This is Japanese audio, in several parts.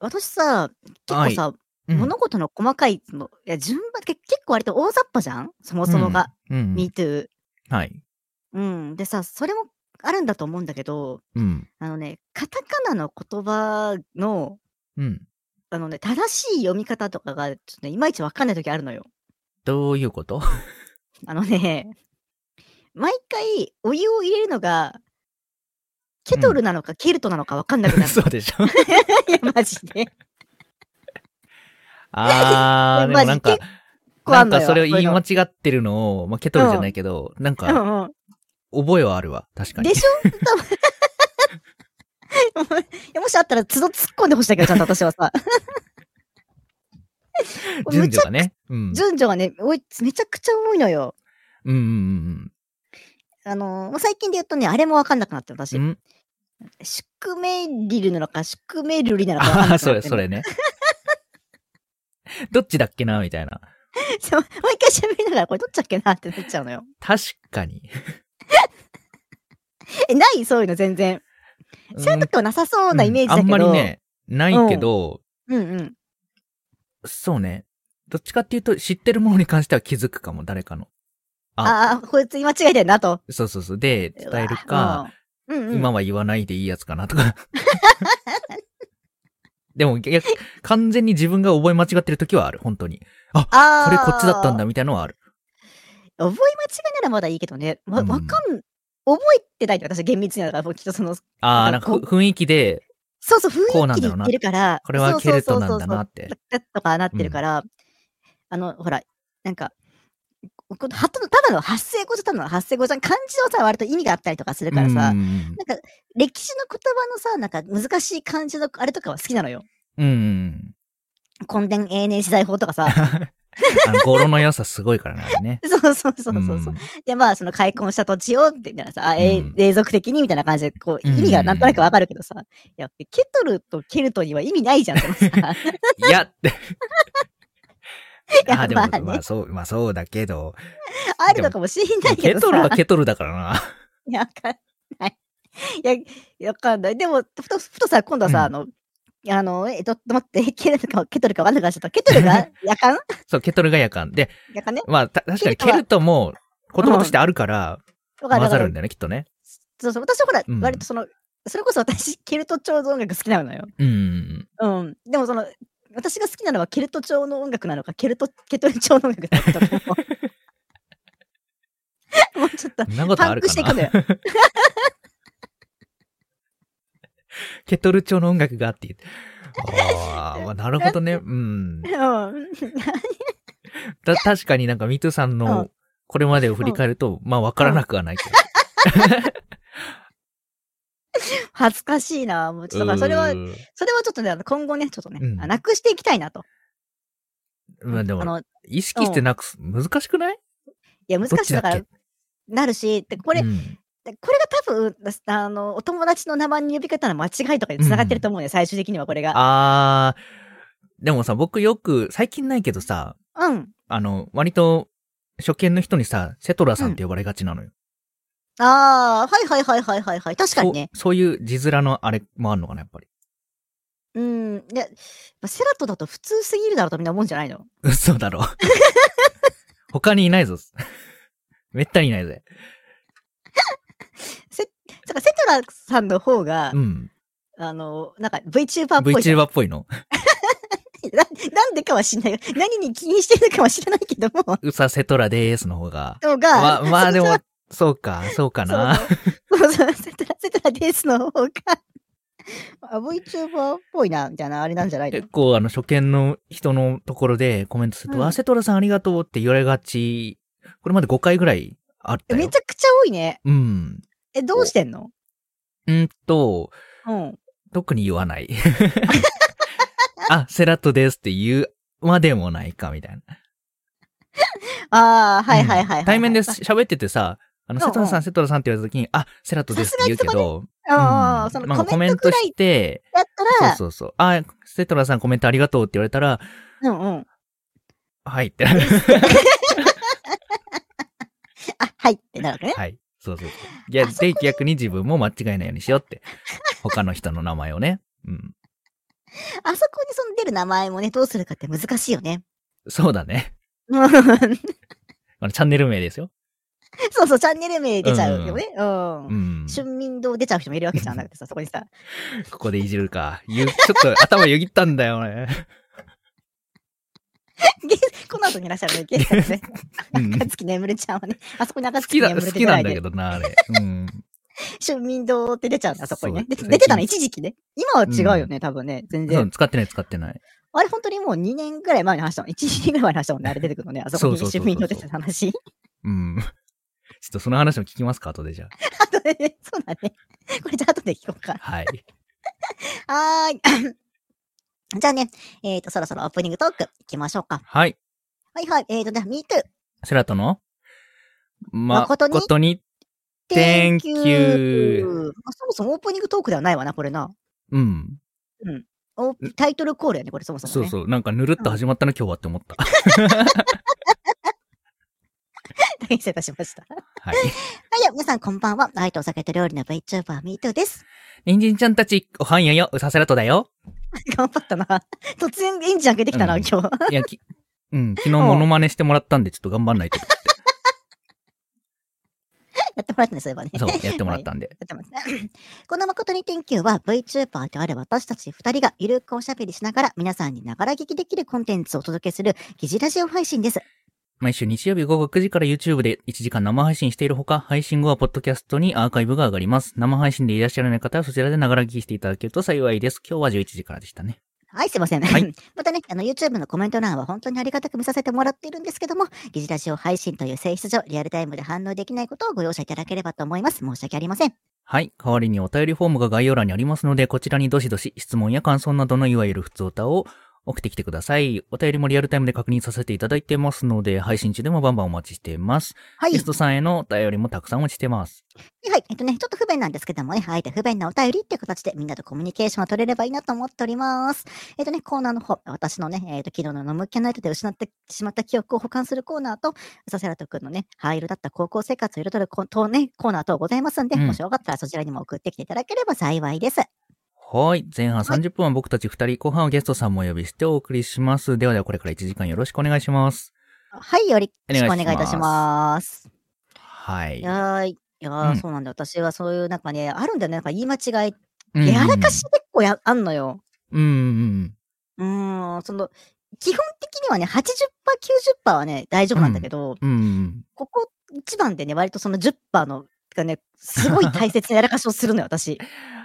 私さ、結は構い。さ、うん。物事の細かい、その、いや、順番、け結構割と大雑把じゃんそもうそもが。ん。うん。 MeToo。はい。うん。でさ、それもあるんだと思うんだけど、うん。あのね、カタカナの言葉の、うん。あのね、正しい読み方とかが、ちょっとね、いまいちわかんない時あるのよ。どういうことあのね、毎回お湯を入れるのが、ケうトん。ルなのかケルトなのかわかんなくなる嘘の。でし ょいや、マジで。いや、あー、でもマなジん結か、構なあんんのかそよ、れをそうい言うい間の。違ってるのを、まあ、ケトうルじゃん。ないけど、なんうか、んうん。覚えはあるわ。確かに。でしょ多分 いやもしあったら、都度突っ込んでほしいんだけど、ちゃんと私は さ。これむ 順ち序ゃがね。うん。順序がね、おいめちゃくちゃ多いのよ。うんうんあのー、まあ、最近で言うとね、あれもわかんなくなってる、うんう私。ん。 ん宿命リルなのか、宿命ルリなのかわかんああー、なく そなっれ、てそる。れね。どっちだっけなみたいな。 そうもう一回喋りながら、これどっちだっけなってなっちゃうのよ。確かに。え、ないそういうの全然。うそういうーん時はなさそううなイん、メージあだんけまりど、ね、なういん、けうんど、うん。そうね。どっちかっていうと、知ってるものに関しては気づくかも、誰かの。あ、ああ、こいつ言い間違えてんなと。そうそうそう。で、う伝えるか、わ、うん。うんう今ん。は言わないでいいやつかなとか。 でも、逆完全に自分が覚え間違ってる時はある、本当に。あ、これこっちだったんあだ、みたいなのはある。あ、覚え間違いならまだいいけどね、わ、うわかん。ん、覚えてないの私厳密にはだから、もうきっとその、だあからあ、なんかふこ、雰囲気で、そうそう、雰囲こうな気んでだ言ろってうな。るから、これはそうケそうルそトうなそんうだそなう、って。だとかなっうてるかん。ら、あの、ほら、なんか、このはたただの発声語じゃただの発声語じゃん、漢字のさ、割と意味があったりとかするうからさ、ん。なんか、歴史の言葉のさ、なんか難しい漢字のあれとかは好きなのよ。うん。墾田永年資材法とか さ、あの、語呂の良さすごいからね、あれね。そうそうそううそうそう。ん。で、まあ、その開墾した土地を、ってみたいなさ、あうえん。永続的にみたいな感じで、こう、うん。う意味がなんとなくわんかるけどさ、いや、ケトルとケルトには意味ないじゃん、そのさ。 いいやって。 や、ああ、でまも、あまあね、そう、まあそうだけど、あるでのも、かもしれなでもいけケどトルさ、はケトルだからな。いや、わかんない。いや、いやわかんない。でも、ふと、ふとさ、今度はうさ、あん。の、あの、え、ちょっと待って、ケトルか、ケトルかわかんなくなっちゃった。ケトル が、やかんそう、ケトルがやかん。で、やかんねまあ、た、確ケかルにトケルは、トも言う葉としん。てあるから、わかる混わざかるる。んだよね、きっとね。そうそう、私はほら、う割とん。その、それこそ私、ケルト調の音楽好きなのよ。うん。うん。でもその、私が好きなのはケルト調の音楽なのか、ケルト、ケトル調の音楽なのか、ちょっともう、もうちょっと、そんなことパあンるクかしていくなのよ。ケトル調の音楽があって言って。ああ、まあ、なるほどね。ううん。ん。た、確かになんかミトさんうん。のこれまでを振うりん。返ると、まあわからう。なんくはない気がする。恥ずかしいな。もうちょっと、うだからそれは、ーん。それはちょっとね、あの今後ね、ちょっとね、うあん。なくしていきたいなと。うまあん。であも、の、意識しうてん。なくす、難しくないいや、難どっしい。ちだだっから、けなるし、で、こうれ、ん。でこれが多分、私あの、お友達の名前に呼び方の間違いとかにう繋がってるん。と思うね、最終的にはこれが。あー、でもさ、僕よく、最近ないけどさ、うん。あの、割と、初見の人にさ、セトラうさんっん。て呼ばれがちなのよ。ああ、はいはいはいはいはいはい。確かにそう、ね。そういう字面のあれもあるのかな、やっぱり。 うん。で、まあセラトだと普通すぎるだろうとみんな思うんじゃないの嘘だろ。 他にいないぞ。めったにいないぜ。せ、だからセトラさんの方が、うん。あの、なんか VTuber っぽいじゃん。 VTuber っぽいの。な、 なんでかは知んない。何に起因してるのかは知らないけど も、うさせとらでーすの方が。のが、まあ、まそあのでさ、も、そうか、そうかそうな。そう。 そうそう、セトラ、セトラですの方が、 あ VTuber っぽいな、みたいな、あれなんじゃないの結構、あの、初見の人のところでコメントするうと、あ、ん。セトラさんありがとうって言われがち。これまで5回ぐらいあっためよ。ちゃくちゃ多いね。うん。え、どうお、してんのうんと、うん。特に言わない。 あ、セラットですって言うまでもないか、みたいな。ああ、うはいはいん。はいは対いは面い。でまあ、喋っててさ、あの、うセトラんうさん、ん。セトラさんって言われた時に、あ、セラットさですすってがに言うそけこね、ど、うんううん、ん。そのなんコメかンコメトンくトらしいて、だっそうたら、そうそう。あ、セトラさんコメントありがとうって言われたら、うんうん。はいって。ですって。あ、はいってなるわけね。はい。そうそうそう。あ逆そこで、逆に自分も間違えないようにしようって。他の人の名前をね。うん。あそこにその出る名前もね、どうするかって難しいよ ね。そうだね。うんあの、チャンネル名ですよ。そうそう、チャンネル名出ちゃうよね。う。うんん。春民堂出ちゃう人もいるわけじゃん。だってさ、そこにさ。ここでいじるか。ゆちょっと頭よぎったんだよ、俺。ゲスこの後にいらっしゃるね、ゲストの ね。 うん赤月眠るちゃんはね、あそこに赤好月きだ、眠好るきぐならんいだけで、どな、あれ。うん。 春民堂って出ちゃうんだ、そこにね。でそう出てたの、最一時期ね。今は違うよね、多分ね、全そう然。使ってない、使ってない。あれ、本当にもう2年ぐらい前に話したの。1年ぐらい前に話したもんね、あれ出てくるのね。あそこにそうそうそうそう春民堂出てた話。 うん。 ちょっとその話も聞きますか、後でじゃあとね、そうだね。これじゃあ後で聞こうかあ。。はい。はーい。 じゃあね、えっ、と、そろそろオープニングトーク行きましょうか。はい。はいはい。えっ、ー、とね、Me too. セラトのま誠にことに、Thank you. あそもそもオープニングトークではないわな、これな。うん。おタイトルコールやね、これそもそも、そね。うそう。なんかぬるっと始まったな、今日はって思った。大変失礼いたしました。 はい はい。では、皆さんこんばんは。愛とお酒と料理の VTuber、Me too です。 人参ちゃんたち、おはんやよ、うさセラトだよ。頑張ったな。 突然、エンジン開けてきたな、うん今日。 いや、き、うん、昨日モノマネしてもらったんで、ちょっと頑張んないと。 やってもらったね、そういえばね。 そう、やってもらったんで。やってますね この誠に Thank you は VTuber である私たち2人がゆるくおしゃべりしながら皆さんにながら聞きできるコンテンツをお届けする疑似ラジオ配信です。毎週日曜日午後9時から YouTube で1時間生配信しているほか、配信後はポッドキャストにアーカイブが上がります。生配信でいらっしゃらない方はそちらでながら聞きしていただけると幸いです。今日は11時からでしたね。はい、すいません。はい またね、あの YouTube のコメント欄は本当にありがたく見させてもらっているんですけども、疑似ラジオ配信という性質上、リアルタイムで反応できないことをご容赦いただければと思います。申し訳ありません。はい。代わりにお便りフォームが概要欄にありますので、こちらにどしどし質問や感想などのいわゆる普通歌を送ってきてください。お便りもリアルタイムで確認させていただいてますので、配信中でもバンバンお待ちしています。はい。ゲストさんへのお便りもたくさんお待ちしてます。はい。えっとね、ちょっと不便なんですけどもね、あえて不便なお便りっていう形でみんなとコミュニケーションが取れればいいなと思っております。えっとね、コーナーの方、私のね、えっと、昨日の飲むキャナイトで失ってしまった記憶を保管するコーナーと、サセラト君のね、灰色だった高校生活を彩るコとね、コーナー等ございますんで、うんもしよかったらそちらにも送ってきていただければ幸いです。はい。前半30分は僕たち2人、後半はゲストさんもお呼びしてお送りします。ではではこれから1時間よろしくお願いします。はい、よろしお願いしくおます願いいたします。はいい。やーい、いやーうんそうなんだよ。私はそういう、なんかね、あるんだよね、なんか言い間違い。うんやらかし結構やあんのよ。うんうん。うーん、その、基本的にはね、80%、90%はね、大丈夫なんだけど、うんうん。ここ一番でね、割とその10%の、がね、すごい大切なやらかしをす るのよ、私。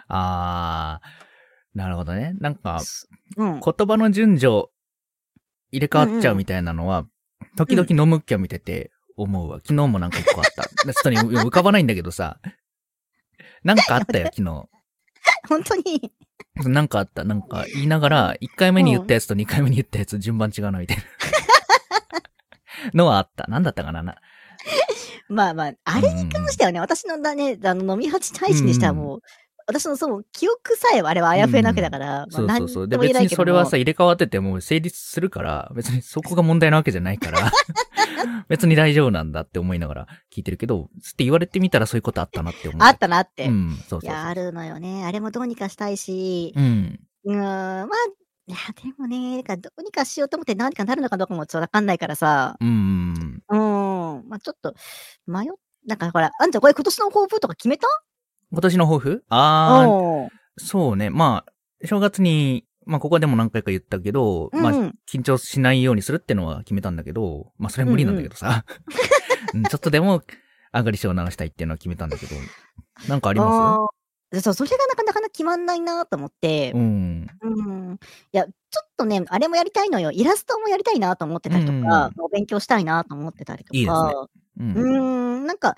あー、なるほどね。なんか、うん。 言葉の順序入れ替わっちゃうみたいなのは、時々飲むっきゃ見てて思うわ。昨日もなんか一個あった。ちょっとね浮かばないんだけどさ。なんかあったよ、昨日。本当に、なんかあった。なんか言いながら、1回目に言ったやつと2回目に言ったやつ順番違うな、みたいな。のはあった。なんだったかなな。まあまあ、あれれに関ましてはね、私のだね、あの、飲み八配信にしたらもう、私のその記憶さえあれはあやふやなわけだから、そうまあそうそう。何で、とも言え別ないにけそどれもはさ、入れ替わってても成立するから、別にそこが問題なわけじゃな いから、別に大丈夫なんだって思いながら聞いてるけど、つって言われてみたらそういうことあったなって思う。あったなって。うん、そういそうそうや、あるのよね。あれもどうにかしたいし、うん。うーん、まあ、いや、でもね、なんかどうにかしようと思って何かなるのかどうかもちょっとわかんないからさ、うん。うーん。まあちょっと、迷っ、なんかほら、あんちゃんこれ今年の抱負とか決めた今年の抱負ああ、おーそうね。まあ、正月に、まあ、ここでも何回か言ったけど、うんまうあ、ん。緊張しないようにするってのは決めたんだけど、まあ、それは無理なんだけどさ。うんちょっとでも、上がり症を流したいっていうのは決めたんだけど、なんかありまあーそう、それがなかなかな決まんないなと思ってすう、ん。うん。いや、ちょっとね、あれもやりたいのよ。イラストもやりたいなと思ってたりとうんか、お勉強したいなと思ってたりとか、いいですねううーん。ん、なんか、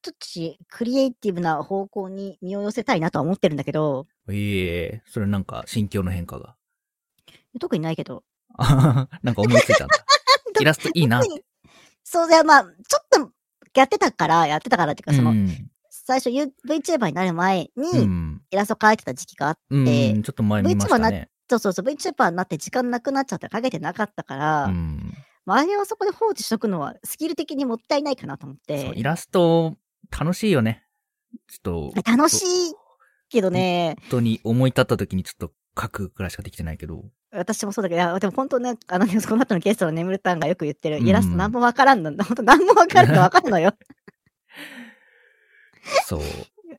ちょっとしクリエイティブな方向に身を寄せたいなとは思ってるんだけど、いえ、それなんか心境の変化が。 特にないけど。。あははなんか思いついたんだ イラストいいな。特にそう、いや、まあ、ちょっとやってたから、やってたからっていうか、うその、ん。最初 You- VTuber になる前に、うん。イラスト描いてた時期があっうんでちょっと前見ましたね。そうそうそう、VTuber になって時間なくなっちゃったらかけてなかったから、うん。まあ、あれはそこで放置しとくのはスキル的にもったいないかなと思っそう、イて。ラスト、楽しいよね。ちょっと、楽しいけどね、本当に思い立った時にちょっと書くくらいしかできてないけど。私もそうだけど、いや、でも本当ね、あのね、この後のゲストの眠るたんがよく言ってる、うんイラスト何もわからんの、本当何もわからんのわかるの よ。 そう。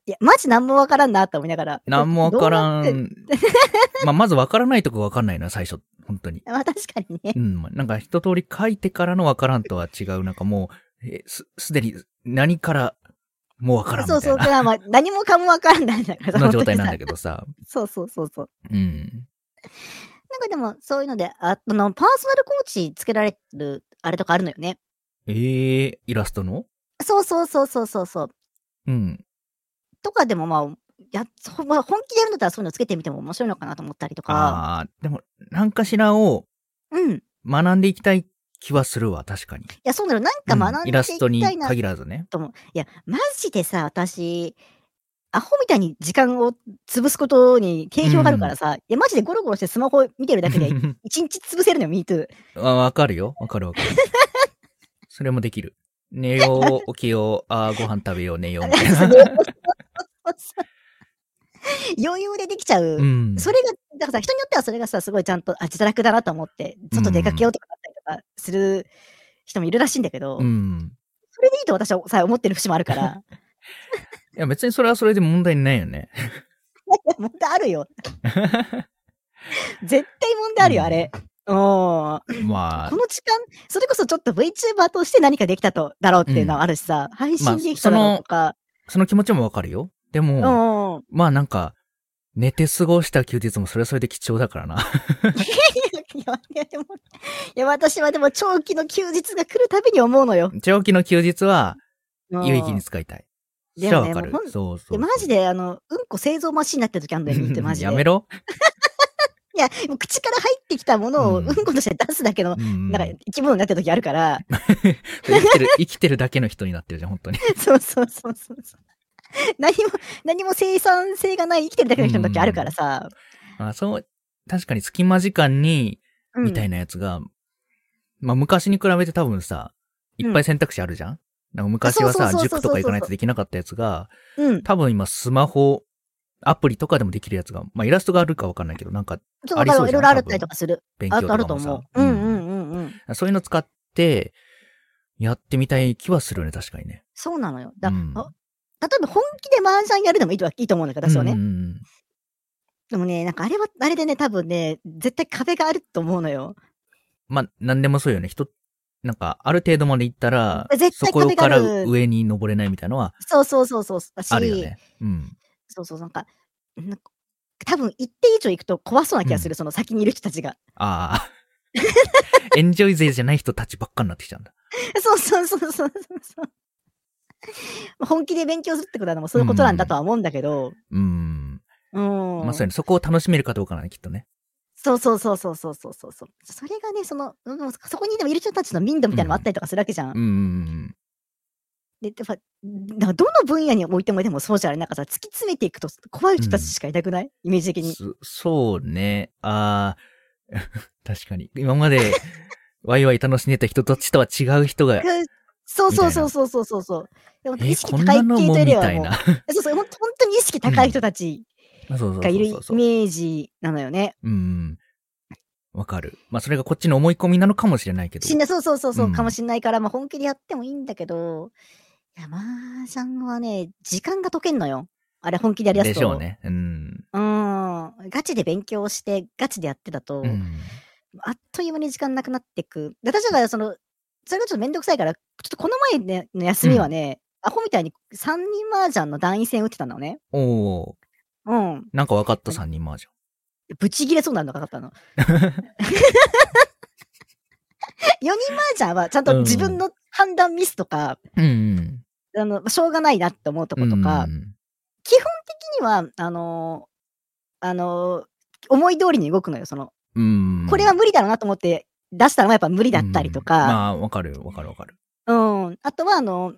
いや、マジ何もわからんなと思いながら。なんもわからどうなって。 ん。まあ、まずわからないとこわかんないな、最初。本当に。まあ確かにねう。ん。なんか一通り書いてからのわからんとは違う。なんかもう、えす、すでに何からもうわからんみたそいうな。そう、だからまあ何もかもわからんないんだ から。の状態なんだけけどさ。ど。そうそうそう そう。うん。なんかでも、そういうので、ああの、パーソナルコーチつけられる、あれとかあるのよね。ええー、イラストのそうそうそうそうそうそう。うん。とかでもまあ、やそまあ、本気でやるんだったらそういうのつけてみても面白いのかなと思ったりとか。ああー、でも、何かしらをうん。い学んでいきたい気はするわ、確かに。や、そうなの。なんかう学んイんでいラストきにたいな限らずね。と思う。いや、マジでさ、私、アホみたいに時間を潰すことに定評があるからさ、いや、マジでゴロゴロしてスマホ見てるだ けで一日潰せるのよ、MeToo。 わわかるよ。わかるわかる。それもできる。寝よう、起きよう、 あーご飯食べよう、寝よう、みたいな。余裕でできちゃう。うん。それが、だからさ、人によってはそれがさ、すごいちゃんと、あ、自宅だなと思って、ちょっと出かけようとかだったりとかする人もいるらしいんだけど、うん。それでいいと私はさ、思ってる節もある から、いや、別にそれはそれで問題ないよね。いや問題ある よ。絶対問題あるよ、あれ。おーまあこ、の時間、それこそちょっと VTuber として何かできたと、だろうっていうのはあるしさ、配信できただろうとか、その気持ちもわかるよ。でうも、ん。まあなんか、寝て過ごした休日もそれはそれで貴重だからいな。や、いやでも、いや、私はでも長期の休日が来るたびに思うのよ。長期の休日は、うん有意義に使いたい。でじゃあもわねかるもうほ。んそういそう。やマジで、あの、うんこ製造マシンになってる時あるんだよ、見て、マジで。やめろ。いや、もう口から入ってきたものをううんんことして出すだけの、うんなんか生き物になってる時ある から、生きてる、 生きてるだけの人になってるじゃん、本 当に。そうそうそうそうそう。何も、何も生産性がない生きてるだけの人の時あるからさ、あそう、確かに隙間時間に、みたいいなやつが、まあ昔に比べて多分さ、いっぱい選択肢あるじゃん、なんか昔はさあ、そうそうそうそう塾とか行かないとできなかったやつが、な。うん。多分今スマホ、アプリとかでもできるやつが、まあイラストがあるかわかんないけど、なんかそう、だありかそらうじゃんいろいろあったりとかする。勉強あととあるかとも思さ、う。うんうんうんうん。そういうの使って、やってみたい気はするよね、確かにね。そうなのよ。だ、うんあ例えば本気で麻雀やるのもいいとはいいと思うんだけど、私はね。うんうんでもね、なんかあれは、あれでね、多分ね、絶対壁があると思うのよ。まあ、なんでもそうよね。人、なんか、ある程度まで行ったら、絶そ対こ壁がかあるら上に登れないみたいなのはそうそうそうそう。だしあるよね。うん。そうそう、なんか、なんか多分一定以上行くと怖そうな気がする、その先にいる人たちが。 あ あ。エンジョイ勢じゃない人たちばっかになってきちゃうんだ。そうそうそうそうそうそう。まあ本気で勉強するってことはもうそういうことなんだとは思うんだけど、うん。うん。まあ、そうやね。そこを楽しめるかどうかなね、きっとね。そうそうそうそうそうそうそうそう。それがね、その、うんそこにでもいる人たちの民度みたいなのもあったりとかするわけじゃん。うん。で、やっぱ、なんかどの分野においてもでもそうじゃない。なんかさ、突き詰めていくと怖い人たちしかいなくない、イメージ的に。そそうね。ああ。 確かに。今まで、ワイワイ楽しんでた人たちとは違う人が、え、そうそうそうそうそうそうそう。でも意識こん高いなの系もというよみりはたいもうな。 そうそう、ほんと本当に意識高い人たちそうそうがいるイそメうそう。ージなのよね。うん。わかる。まあ、それがこっちの思い込みなのかもしれないけど。しんなそうそうそうそううんかもしんないから、まあ本気でやってもいいんだけど、いや、麻雀はね、時間が解けんのよ。あれ本気でやりやすでと。しょう。ね。うん。うん。ガチで勉強して、ガチでやってたと、うんあっという間に時間なくなってく。で私だからその、それがちょっとめんどくさいから、ちょっとこの前ねの休みはね、アホみたいに3人麻雀の団員戦打ってたのね。おおうん。なんかわかった三人麻雀。ぶち切れそうなのがかか ったの。4人麻雀はちゃんと自分の判断ミスとか、うんあの、しょうがないなって思うとうこん。とか、うん基本的には、あのーあのー思い通りに動くのよ。その、うん。これは無理だろうなと思って出したのはやっぱ無理だったりとうんか、まあ、わかるよわかるわかる。うん、あとはあの、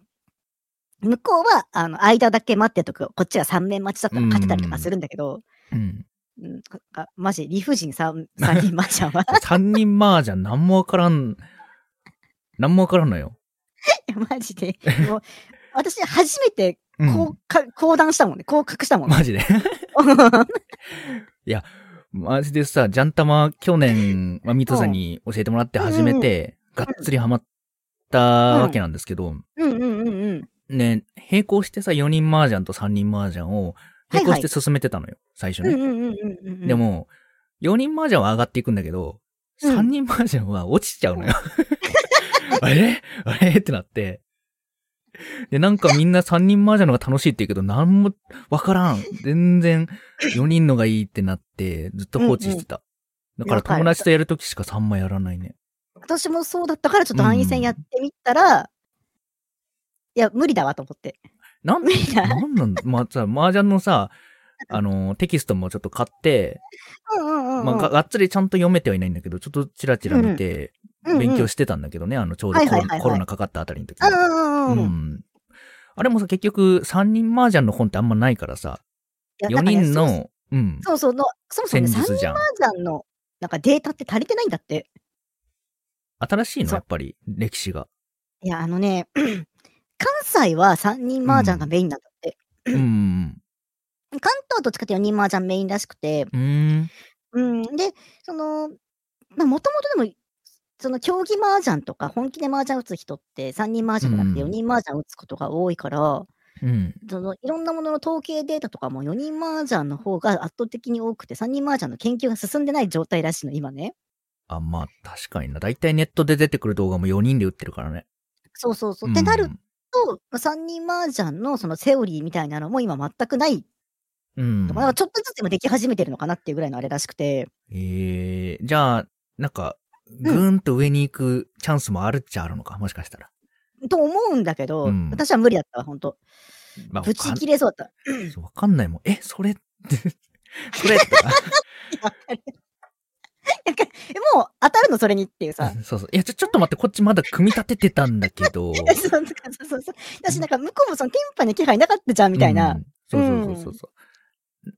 向こうは、あの、間だけ待ってとく、こっちは3面待ちだったら勝てたりとかするんだけど、うん。うん、あマジ、理不尽3、三 人マジャンは。 三人麻雀なんもわからん。なんもわからんのよ。いやマジで。もう、私初めて、うんこう、か、講談したもんね。こう隠したもんね。マジで。いや、マジでさ、ジャンタマ、去年、まあ、ミートさんに教えてもらって始めて、がっつりハマったわけなんですけど、 うんうんうんうん。ね、並行してさ、4人麻雀と3人麻雀を、並行して進めてたのよ、最初うんね。うんうんうんうん。で、も、4人麻雀は上がっていくんだけど、うん3人麻雀は落ちちゃうのよ。 あれあれってなって。で、なんかみんな3人麻雀の方が楽しいって言うけど、なんもわからん。全然4人のがいいってなって、ずっと放置してた。だから友達とやるときしか3枚やらないね。私もそうだったから、ちょっと安易戦やってみたら、いや、無理だわと思って。なん、 無理だ。なんなんだまあ、さ、麻雀のさ、あの、テキストもちょっと買って、うんうんうん。まあ、ががっつりちゃんと読めてはいないんだけど、ちょっとチラチラ見て、勉強ししてたんだけどね、あの、ちょうどはいコはいロはいはナいコロナかかったあたりの時うんうんうんううん。ん。あれもさ、結局、3人麻雀の本ってあんまないからさ、4人いや。なんかねの、うん、そうそうそうの、そもそも戦ね、サン術じゃん。マージャンの、なんかデータって足りてないんだって。新しいの、そうやっぱり、歴史が。いや、あのね、 関西は3人麻雀がメインなんだって。うん。関東はどっちかって4人麻雀メインらしくて、うーん。うん、で、その、まあ、もともとでも、その競技麻雀とか、本気で麻雀打つ人って、3人麻雀じゃなくてう4ん人麻雀打つことが多いから、うん。そのいろんなものの統計データとかも4人麻雀の方が圧倒的に多くて、3人麻雀の研究が進んでない状態らしいの、今ね。あ、まあ、確かにな。だいたいネットで出てくる動画も4人で打ってるからね。そうそうそう。っうんてなると、3人麻雀のそのセオリーみたいなのも今全くないうんとか、なんかちょっとずつ今でき始めてるのかなっていうぐらいのあれらしくて、えー、じゃあ、なんか、ぐーんと上に行くチャンスもあるっちゃあるのか、もしかしたら。と思うんだけど、うん私は無理だったわ、ほんと。まあ、ぶち切れそうだっそうわかんないもん。え、それって、 それとか。た。なんかもう当たるのそれにっていうさ。そうそう。いや、ちょ、ちょっと待って、こっちまだ組み立ててたんだけど。 そうそうそうそうだし、なんか向こうもそのテンパに気配なかったじゃん みたいな。うんそうそうそうそうそ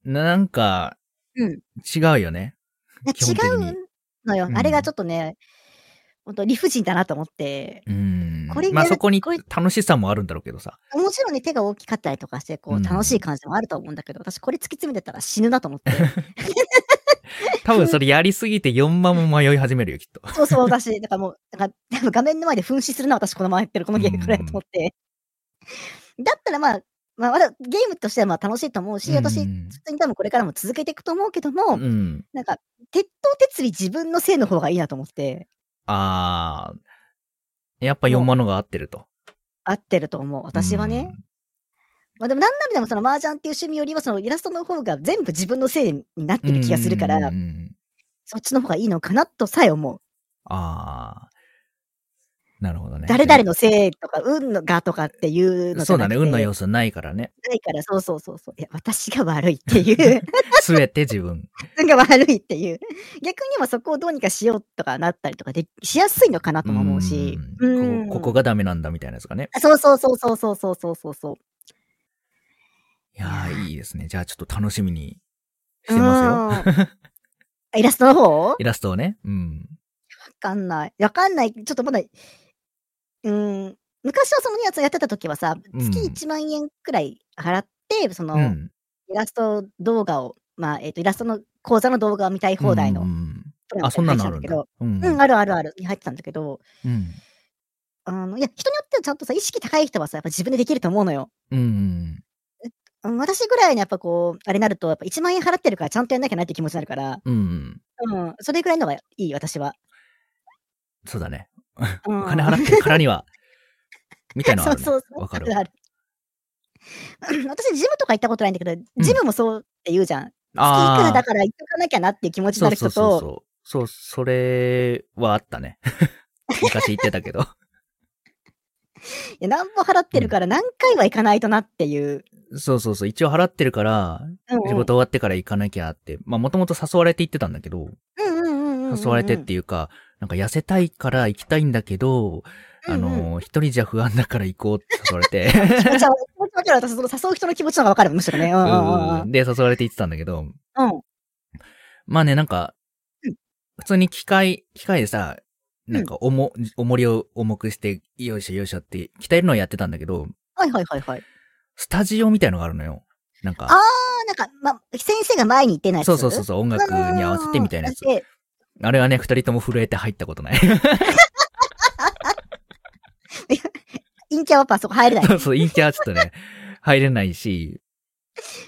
う、ななんか、うん違うよね。いや基本的に違うのよ、うんあれがちょっとね、本当理不尽だなと思って。うんこれ。まあやるそこにこれ楽しさもあるんだろうけどさ。もちろんね、手が大きかったりとかして、こうう、ん楽しい感じもあると思うんだけど、私これ突き詰めてたら死ぬなと思って。多分それやりすぎて4万も迷い始めるよ、きっと。そうそう、私、だからもう、だから多分画面の前で噴死するな、私この前やってる、このゲームこれと思って。だったらまあ、まあ、まだゲームとしてはまあ楽しいと思うし、 私、う普ん通に多分これからも続けていくと思うけども、うん。なんか、鉄頭鉄尾自分のせいの方がいいなと思って。あー。やっぱ4万のが合ってると。合ってると思う。私はね。うん。まあでも、なんならでもその麻雀っていう趣味よりは、そのイラストの方が全部自分のせいになってる気がするかうんうらん、うんそっちの方がいいのかなとさえ思う。あー。なるほどね。誰々のせいとか、運のがとかっていうのじそゃうなだくね。て運の要素ないか らね。ないから、そうそうそうそう。いや、私が悪いって いう、すべて自分。運が悪いっていう。逆にはそこをどうにかしようとかなったりとかでしやすいのかなとも思うし。うんうんここここがダメなんだみたいなやつがね。あそうそうそうそうそうそうそうそうそう。いやいやー、いいですね。じゃあちょっと楽しみにしうてますよ。んイラストの方イラストをね。うん。わかんない。わかんない。ちょっとまだ、うーん、昔はそのやつやってた時はさ、うん月1万円くらい払って、そうの、ん。イラスト動画を、まあ、えっ、と、イラストの講座の動画を見たい放題のうんうんプランあ、みたそいんなののあ入っるんてたんだだ。うんけど、うん、あるあるあるに入ってたんだけど、うん。あの、いや、人によってはちゃんとさ、意識高い人はさ、やっぱ自分でできると思うのよ。うん。うん私ぐらいのやっぱこう、あれになると、やっぱ1万円払ってるからちゃんとやんなきゃなって気持ちになるから、うん。うん、それぐらいのがいい、私は。そうだね。うおん金払ってるから には、みたいなのあるね。そうそうそう。わかるあるある私、ジムとか行ったことないんだけど、ジムもそうって言うじゃん。月いくらだあから行っとかなきゃなっていう気持ちーになそうるそ人うそうと、そう。そう、それはあったね。 昔言ってたけど。いや、何も払ってるから何回は行かないとなっていう。そうそうそう。一応払ってるから、うんうん仕事終わってから行かなきゃって。まあ、もともと誘われて行ってたんだけうど、んうんうんうんうん。誘われてっていうか、なんか痩せたいから行きたいんだけど、あうんの、一人じゃ不安だから行こうって誘われて、気持ちは気持ちわかる私、その誘う人の気持ちの方がわかる、むしろね。 うんうんうんうん。 で、誘われて行ってたんだけど、うんまあね、なんかうん、普通に機械、機械でさ、なんか重、重りを重くして、よいしょよいしょって鍛えるのをやってたんだけど、はいはいはいはい。スタジオみたいのがあるのよ。なんあか、ー、なんか、ま、先生が前に行ってないやつそうそうそうそう、音楽に合わせてみたいなやつ。であれはね、二人とも震えて入ったことない。陰キャはやっぱそこ 入れない。そう、陰キャーちょっとね、入れないし、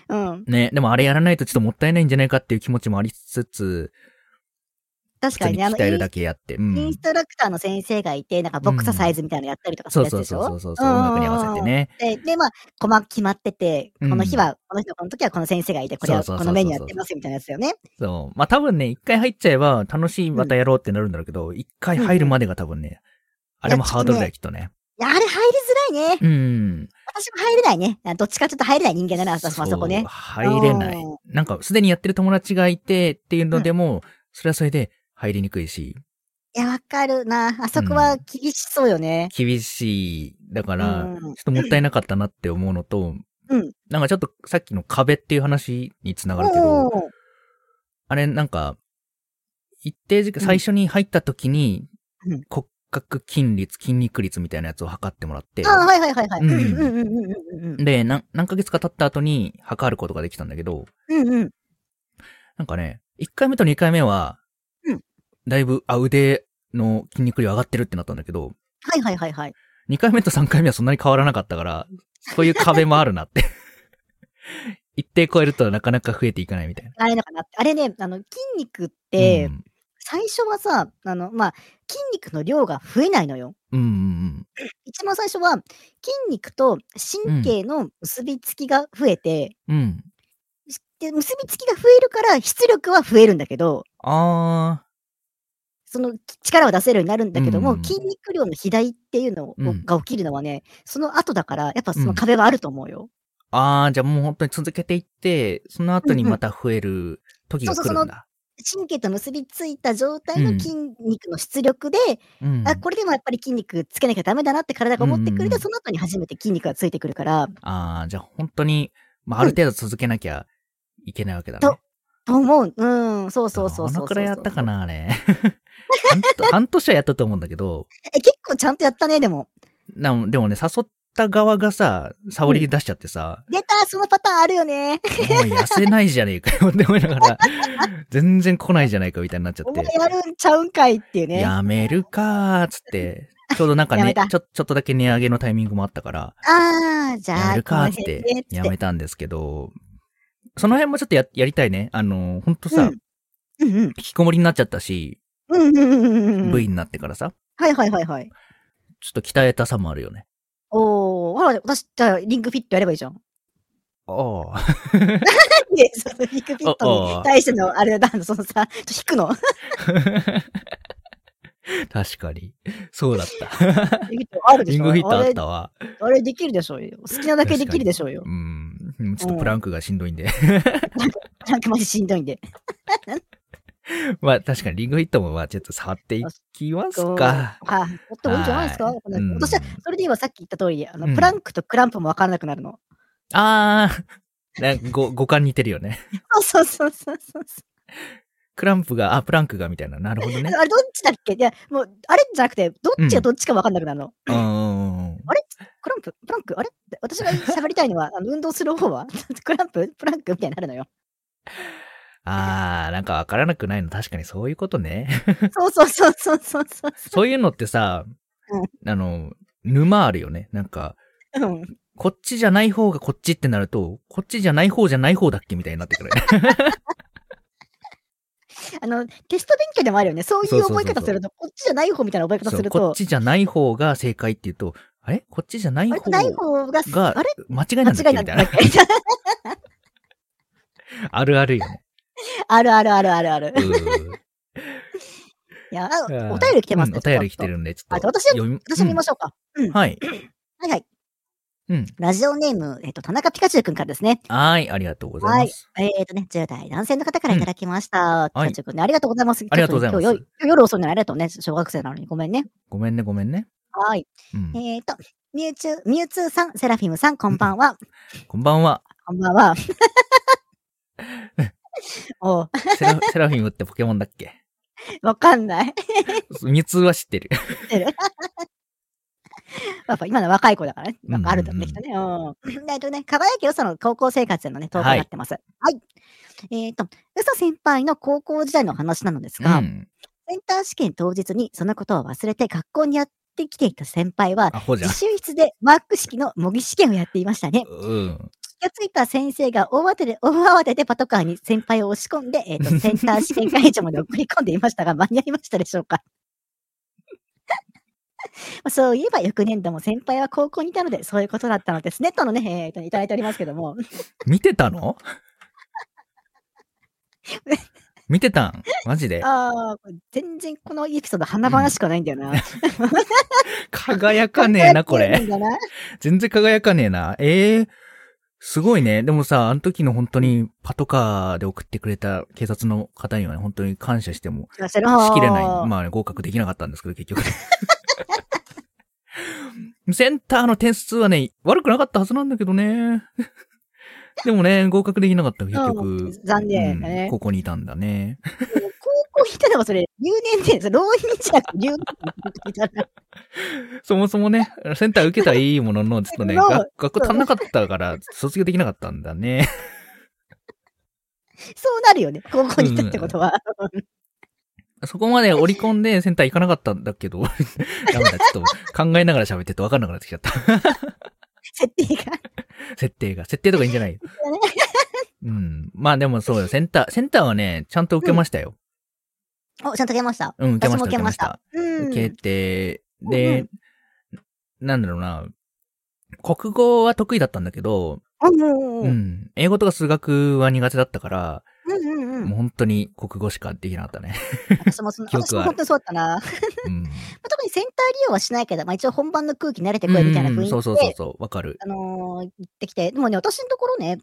うん。ね、でもあれやらないとちょっともったいないんじゃないかっていう気持ちもありつつ、確普か通ににね、あの、鍛えるだイけやって、うンインんス。トラクターの先生がいて、なんかボクササイズみたいなのやったりとかすそるうやつそうでしょそうそうそう、音楽に合わせてね。で、で、まあ、細決まってて、こうんの日は、この人、この時はこの先生がいて、これはそうそこうそうそうのメニューやってますよみたいなやつだよね。そう。まあ、多分ね、一回入っちゃえば楽しい、またやろうってなるんだろうけど、一、回入るまでが多分ね、あれもハードルだよ、きっとね。いや、あれ入りづらいね。うん。私も入れないね。あどっちかちょっと入れない人間だな、私もあそこねう。入れないうん。なんか、すでにやってる友達がいてっていうのでも、それはそれで入りにくいし、いや、わかるな。あそこは厳しそうよね。厳しい。だうから、ん。ちょっともったいなかったなって思うのと、うんなんかちょっとさっきの壁っていう話につながるけおど、ーあれなんか、一定時間、うん最初に入った時にうん、骨格筋率、筋肉率みたいなやつを測ってもらって、あはいはいはいはい。ううんんうんうんうんうんうん。で、な何ヶ月か経った後に測ることができたんだけど、うんうん。なんかね、1回目と2回目は、うんだいぶ、あ、腕の筋肉量上がってるってなったんだけど、はいはいはいはい。 2回目と3回目はそんなに変わらなかったから、そういう壁もある なって。一定超えるとなかなか増えていかないみたいな。あれのかなってあれね、あの、筋肉って、うん、最初はさ、あの、まあ、筋肉の量が増えないのよ。うんうん一番最初は、筋肉と神経の結びつきが増えて、うん。うん。で、結びつきが増えるから、出力は増えるんだけど、あその力を出せるようになるんだけども、うん筋肉量の肥大っていうのをうんが起きるのはね、その後だから、やっぱそのうん壁はあると思うよ。ー。あー、じゃあもう本当に続けていって、その後にまた増える時が来るんだ。神経と結びついた状態のうん筋肉の出力で、うんあ、これでもやっぱり筋肉つけなきゃダメだなって体が思ってくれて、うんその後に初めて筋肉がついてくるから、あー、じゃあ本当に、まあ、ある程度続けなきゃいけないわけだね。とと思う。うん、そうそうそうそうそうそう。どのくらいやったかな、あれ。半年半年はやったと思うんだけど、え、結構ちゃんとやったね、でも。なんでもね、誘った側がさ、触り出しちゃってさ、出たそのパターンあるよね。お前痩せないじゃねえかよって思いながら、全然来ないじゃないかみたいになっちゃおっ前て、やるんちゃうんかいっていうね。あやめるかーっつって、ちょうどなんかやめね、ちたょ、ちょっとだけ値上げのタイミングもあったから、あー、じゃあ、やめるかーっつっこの辺でてっ、つやめたんですけど、その辺もちょっとややりたいね。あの、ほんとさ、うんうんうん。引きこもりになっちゃったし、うんうんうんうんうん。 V になってからさ、はいはいはいはい。ちょっと鍛えたさもあるよね。おー、あら、私、じゃあ、リンクフィットやればいいじゃ ん。ああ。 で、そのリンクフィットおおにう対しての、あれだ、そのさ、ちょっと引くの。確かに。そうだった。リングフィットあるでリしンょグフィットああっれたわ。あれできるでしょうよ。好きなだけできるでしょうよう。ん。ちょっとプランクがしんどいんで。なんかマジしんどいんで。まあ確かにリングフィットもまあちょっと触っていきますか。はい。やってもいいんじゃないですか、はいわかんないうん私は、それで今さっき言った通り、あの、うんプランクとクランプもわからなくなるの。あー。なんかご、五感似てるよね。そうそうそうそうそクランプが、あ、プランクがみたいな。なるほどねう。。あれ、どっちだっけいや、もう、あれじゃなくて、どっちがどっちかわかんなくなるの。うんうんうんうん。クランププランクあれ私が喋りたいのは、あの運動する方は クランププランクみたいになるのよ。あー、なんかわからなくないの。確かにそういうことね。そうそうそうそうそうそう。そういうのってさう、あの、沼あるよね。なんか、うん。こっちじゃない方がこっちってなると、こっちじゃない方じゃない方だっけみたいになってくる。あの、テスト勉強でもあるよね。そういうそうそうそうそう覚え方すると、こっちじゃない方みたいな覚え方 そすうるこっと、ちじゃない方が正解って言うと、あれこっちじゃないあれ方ない方が、があれ間違い間なんだっ違けいなみんただいっな。け あるあるよね。あるあるあるあるあるう。んいや、あお便り来てますね。うんお便り来ちてょっるんで、ちょあっじゃとあ私読み。と。私見まししょうか。うんはい。はいはい。うん。ラジオネーム、えっと、田中ピカチュウくんからですね。はい、ありがとうございます。えっとね、10代男性の方からいただきました。うんはいピカチュウくんね、ありがとうございます。ありがとうございますちょっね今日夜夜遅いのにありがとうね。小学生なのにごめんね。ごめんね、ごめんね。はい。うんえっ、と、ミュウチュウ、ミュウツーさん、セラフィムさん、こんばんは。こんばんは。こんばんは。おう セラセラフィムってポケモンだっけわかんない。 ミツは知ってる。やっぱ今の若い子だからね。うんうんうんあるだってきたね。うん。でえっとね、輝き嘘の高校生活へのね、投稿になってます。はい。えっ、と、嘘先輩の高校時代の話なのですが、うん。センター試験当日にそのことを忘れて学校にやってきていた先輩は、アホじゃん自。習室でマック式の模擬試験をやっていましたね。うん。気がついた先生が大慌てで、大慌てでパトカーに先輩を押し込んで、えっ、 と、センター試験会場まで送り込んでいましたが、間に合いましたでしょうかそういえば、翌年度も先輩は高校にいたので、そういうことだったのですね、とのね、えーと、いただいておりますけども。見て たの見てたんマジでああ、これ全然このエピソード華々しくはないんだよ な。輝かねえな、こ輝いれ。てるんだな全然輝かねえな。ええすごいね。でもさ、あの時の本当にパトカーで送ってくれた警察の方にはね、本当に感謝しても、しきれしきれない。まあね、合格できなかったんですけど、結局。 センターの点数はね、悪くなかったはずなんだけどね。 でもね、合格できなかった、結うん局。残念だねここにいたんだね。高校にいたのがそれ、留年生です。浪人じゃなくて留年生だから。そもそもね、センター受けたらいいもの の、ちょっとね、そう学学校足んなかったから、卒業できなかったんだね。そうなるよね。高校にいたってこと は。そこまで折り込んでセンター行かなかったんだけど、ダ メだ、ちょっと考えながら喋ってて分かんなくなってきちゃった。設定が。設定が。設定とかいいん じゃないよ。うん。まあでもそうよ。センター、センターはね、ちゃんと受けましたよ。お、ちゃんと出ました。うん、受けました。私も受けました。受うけまん。した受けて、んで、なんだろうな。国語は得意だったんだけど、あ、もうう。ん。英語とか数学は苦手だったから、うんうんう。もうん本当に国語しかできなかっ たね。私もその、記私憶はも本当にそうだったな。まうん。あ特にセンター利用はしないけど、まあ一応本番の空気慣れてくれみたいな雰囲うんそうそ気うそうで、そう、わかる。あのー、行ってきて。でもね、私のところね、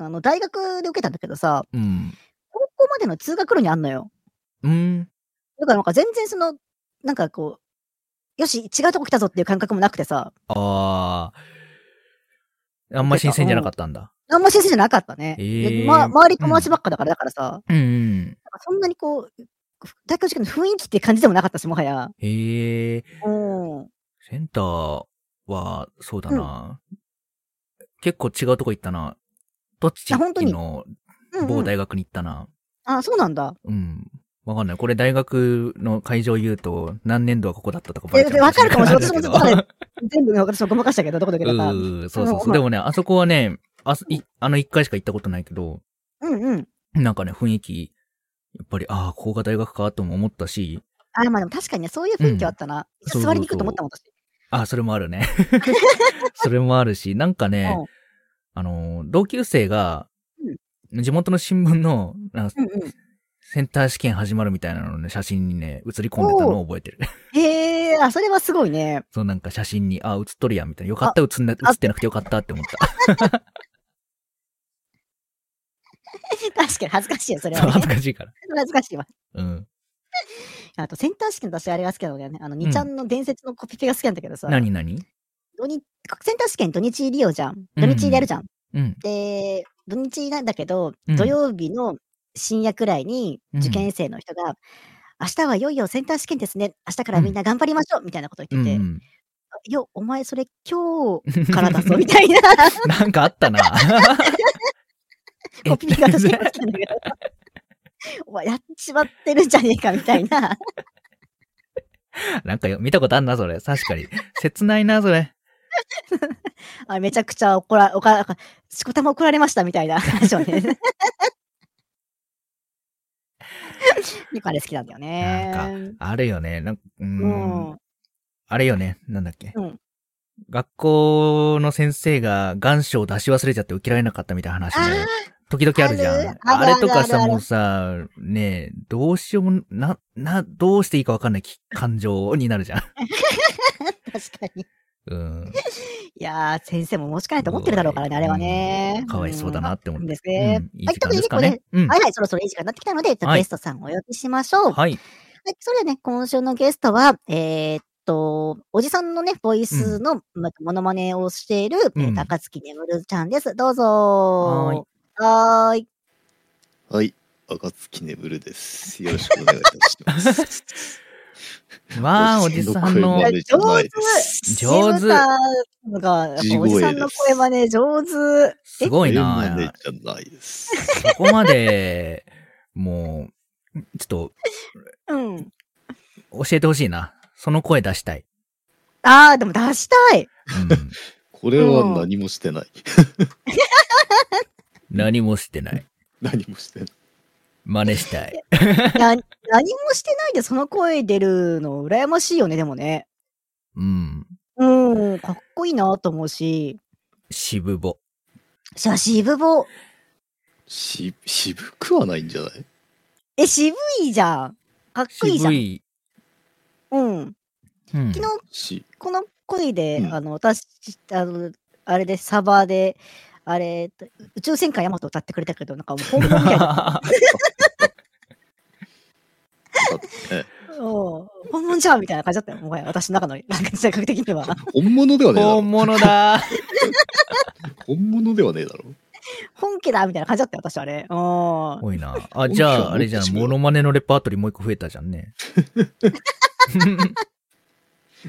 あの、大学で受けたんだけどさ、うん。高校までの通学路にあんのよ。うん。だからなんか全然その、なんかこう、よし、違うとこ来たぞっていう感覚もなくてさ、ああ。あんま新鮮じゃなかったんだ。あんま先生じゃなかったね。えーでま、周り友達ばっかだから、だからさ、うんうん。なんかそんなにこう、大学受験の雰囲気って感じでもなかったし、もはや。へえ。うん。センターは、そうだな、結構違うとこ行ったな。どっちあ本当にのうんう某ん大学に行ったな。あ、そうなんだ。うん。わかんない。これ大学の会場言うと、何年度はここだったとかいやいやわかるかもしれない。私わもんちょっけとどね全部ね私もごまかしたけど、どこどけだか。う うんーそうそううそんう。でもね、あそこはね、あそいあの一回しか行ったことないけど、うん。なんかね、雰囲気、やっぱり、ああ、ここが大学かとも思ったし、あ、まあでも確かにね、そういう雰囲気はあったな。うん座りに行くと思ったもん、私。ああ、それもあ るね。それもあるし、なんかね、うんあのー、同級生が、地元の新聞の、なんかうんうん。センター試験始まるみたいなのね、写真にね、写り込んでたのを覚えてる。 へえ、あ、それはすごいね。 そうなんか写真に、あ、写っとるやん、みたいな。よかった、写んな、あ写ってなくてよかったって思った。確かに恥ずかしいよ、それそうは、恥ね。ずかしいから。恥ずかしいわ。うん。あと、センター試験の私、あれが好きなんだよね。あの、2ちゃんの伝説のコピペが好きなんだけどさ。何何土日、センター試験土日利用じゃん。土日でやるじゃん。うん。で、土日なんだけど、うん土曜日の深夜くらいにうん受験生の人が、明日はいよいよセンター試験ですね。明日からみんな頑張りましょう、みたいなことう言ってて、んいや、お前それ今日うん。からだぞ、みた いななんか あったな。コピーが私にも来たんだけど。お前やっちまってるんじゃねえかみたいな。 なんかよ見たことあんな、それ。確かに。切ないな、それ。あめちゃくちゃ怒ら、おか、しこたま怒られましたみたいな 話をね。結構あれ好きなんだよね。なんあるよね。なんかうーんうん。あれよね。なんだっけ。うん学校の先生が願書を出し忘れちゃって受けられなかったみたいな話あね。時々あるじゃん。ああるあるれとかさ、あるあるもうさ、ねえ、どうしようも、な、な、どうしていいかわかんないき感情になるじゃん。 あ、確かに。うん。いやー、先生ももしかないと思ってるだろうからね、あれはねう。んかわいそうだなって思っうん。て。ですうんね。いい時間ですかね。うん。はいはい、そろそろいい時間になってきたので、じゃあはいゲストさんをお呼びしましょう。はい、はい。それではね、今週のゲストは、えーっと、おじさんのね、ボイスの、まモノマネをしている、えうんー、高槻ねむるちゃんです。どうぞー。はーい。 はい、赤月ねぶるです。よろしくお願いいたします。わあ、おじさんのいや、上上手手じゃないです渋田のが、やっぱおじさんの声真似上手。すごい絵真似な。じゃないです。そこまで、もう、ちょっうん。と教えてほしいな。その声出したい。ああ、でも出したい。うん、これは何もして ない。何もしてない。何もしてない。真似したい。な 何もしてないでその声出るの羨ましいよね、でもね。うん。うん、かっこいいなと思うし。渋ぼ。じゃあ渋ぼ。し、渋くはないんじゃないえ、渋いじゃん。かっこいいじゃ渋ん。い。うん。うん、 昨日し、この声で、うんあの、私、あの、あれで、サーバーで、あれ、宇宙戦艦ヤマト歌ってくれたけど、なんかもう本物みたい な。だってね、おう本物じゃんみたいな感じだったよ。もはや私の中の、なんか性格的 には。本物ではねえだろ本。物だ。本物ではねえだろ。本家だみたいな感じだったよ、私あれ。おう多いな。あ、じゃあ、あれじゃん、モノマネのレパートリーもう一個増えたじゃんね。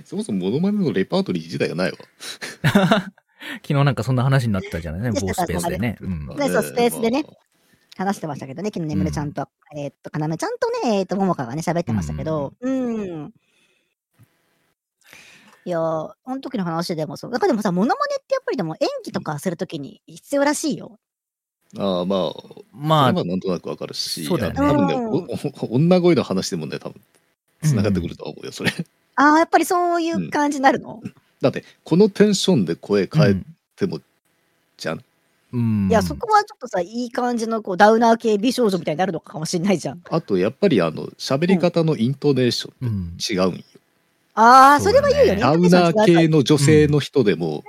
そもそもモノマネのレパートリー自体がないわ。昨日なんかそんな話になったじゃ ないね、某スペースでね。うん。ねそうスペースでねまあ話してましたけどね、昨日ねむるちゃんと、えーっと、かなめちゃんとね、えーっと、ももかがね、喋ってましたけど、うん。いやー、あの時の話でもそう。なんかでもさ、モノマネってやっぱりでも演技とかするときに必要らしいよ。ああ、まあ、まあ、それはなんとなくわかるし、そうだよねあの多う分ねおお、女声の話でもね、多分、繋がってくる。るとは思うよ、それ。ああ、やっぱりそういう感じになるの、だって、このテンションで声変えても、じゃん。うん。いや、そこはちょっとさ、いい感じのこうダウナー系美少女みたいになるのかもしれないじゃん。あと、やっぱり、あの、喋り方のイントネーショうンん。違うんよ。ああ、そそうだれねは言うよね。ダウナー系の女性の人でも、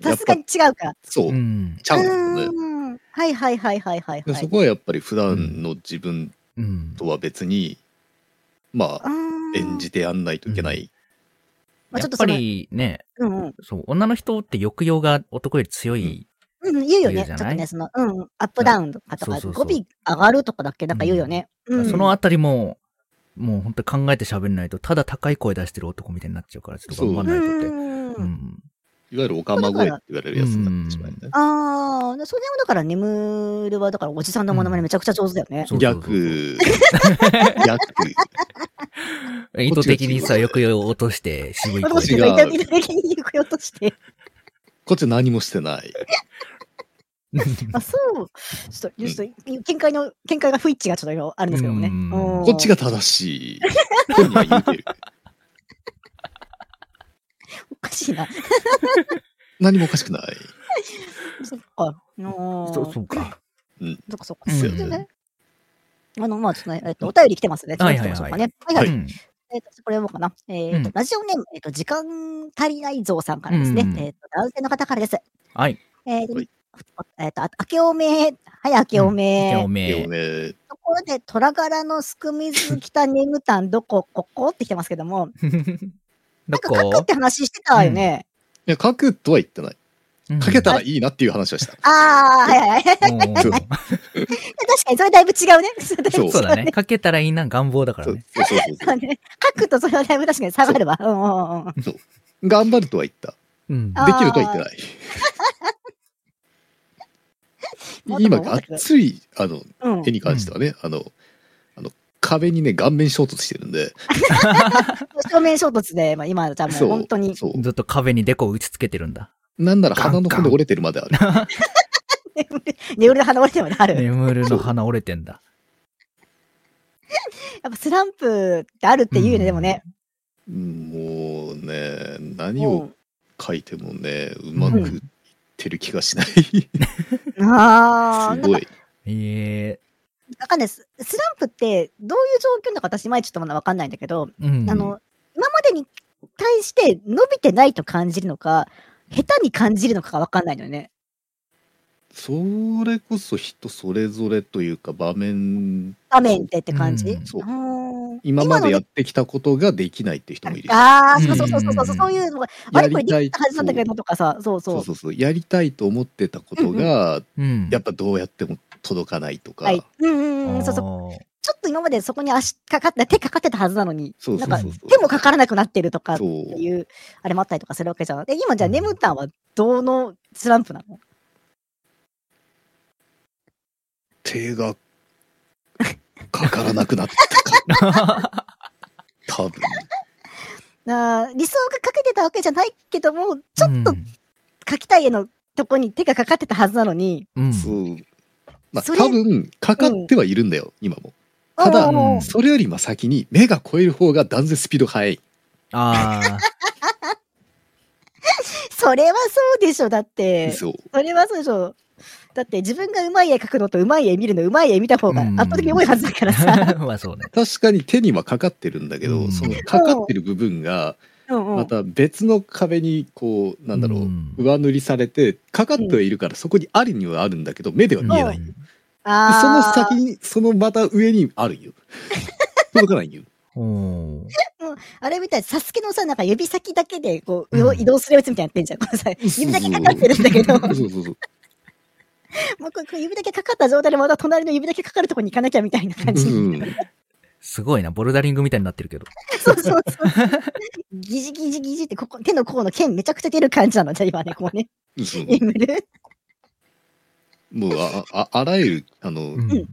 さすがに違うから。そうう、ん。ちゃうんだよね。うんはいはいはいはいはい、ではい。そこはやっぱり普段の自分うん。とは別に、まあ、演じてやんないといけない。まあやちょっっとぱそのりね、うんうんそう、女の人って抑揚が男より強い。うん、言うよね。ちょ言うっじゃとないね、その、うん、アップダウンとかとそうか、そう語そう尾上がるとかだっけなんか言うよね。うん。そのあたりも、もう本当に考えて喋んないと、ただ高い声出してる男みたいになっちゃうから、ちょっと頑張うんないとって。ん。うん。いわゆるオカマ声って言われるやつになってしまうよね。ああ、でそれはだから、ネムルは、だから、おじさんのモノマネめちゃくちゃ上手だよね。そうそうそう逆、 逆、意図的にさ、抑揚を落として渋い俺も声ちょっで違う。と痛み的に行くよとして。こっち何もしてない。 あ、そう。ちょっと、ちょっと、見解の、見解が不一致がちょっといろいろあるんですけどもね。うんうんこっちが正しい。本人は言うてる。おかしいな。何もおかしくない。そっか。の そうそうか。そっかそっか。うんそれでね。あの、まあ、ちょっとね、えっと、お便り来てますね。ちょっと行きましょうかね。はいはい。うんえっと、これもかな。えっうとん、ラジオネーム、えっと、時間足りないぞうさんからですねうんうん。えっと、男性の方からです。はい。えっとはい、えっと、あ明けおめ、はい、明けおじゃあおめ。めえお。めえところで、虎柄のすくみずきたねむたん、どこ、ここって来てますけども、どなんか書くこって話してたよね。いや、書くとは言ってない。書けたらいいなっていう話はした。ああ、はいはいはい。 確うんうんそうかに、それだいぶ違うね。それだいぶ違 そ うそうだね。。かけたらいいな願望だからそうね。そうそうそそうね書くとそれはだいぶ確かに下がるわ。うんうんうんうん。う。頑張るとは言った。うん。あできるとは言って ない。今、がっつり、あの、うん絵に関してはね、あの、あの、壁にね、顔面衝突してるんで、正面衝突で、まあ、今じゃもそうう本当に。そう。ずっと壁にデコを打ちつけてるんだ。なんなら鼻の骨折れてるまである。眠りで離れてもなる。眠るの鼻折れてんだ。やっぱスランプってあるって言うよね、うんでもね。もうね、何うをん書いてもね、うまくいってる気がしない。すあ あ、なんごかい。えわかんないです。スランプってどういう状況なのか私、いまいちちょっとまだわかんないんだけど、え。うん。あの、今までに対して伸びてないと感じるのか、下手に感じるのかがわかんないのよね。それこそ人それぞれというか場面、画面でって感じ。うんそうあー今まで今のやってきたことができないって人もいるし、ああ、うそんうそうそうそうそう、そういうのが、あやれこれりでたきいたはずなんだけどとかさ、そうそそうう。そうそう、やりたいと思ってたことが、うん。やっぱどうやっても届かないとか、はい。うんうんうん、そうそう。そちょっと今までそこに足かかって、手かかってたはずなのに、そうそうなんそうかそう手もかからなくなってるとかってそういう、あれもあったりとかするわけじゃん。で、今じゃあ、ネムタンはどのスランプなの手がかからなくなったか多分な理想がかけてたわけじゃないけども、ちょっとうん書きたい絵のとこに手がかかってたはずなのに、うん。そうまあそれ多分かかってはいるんだよ、今もただおーうんそれよりも先に目が超える方が断然スピード速いあそれはそうでしょ、だって。そうそれはそうでしょ。だって自分がうまい絵描くのとうまい絵見るのうまい絵見た方がう圧ん倒的に多いはずだからさ。あ。 まあそうね。確かに手にはかかってるんだけど、うんそのかかってる部分がうんうんまた別の壁にこうなんだろう、ん上塗りされてかかってはいるからそこにあるにはあるんだけど目では見えない、うでんあーその先にそのまた上にある んよ届かないんよおーあれみたいにサスケのさ、なんか指先だけでこう、うん移動するやつみたいになってんじゃん。このさ、指だけかかってるんだけど、もそうそうそううこう指だけかかった状態でまた隣の指だけかかるとこに行かなきゃみたいな感じ。うんすごいな、ボルダリングみたいになってるけど。そうそう そう。ギジギジギジってここ、手の甲の剣めちゃくちゃ出る感じなの、じゃあ今ね、こう ね、そう眠る。もうあああらゆるあの、うんうん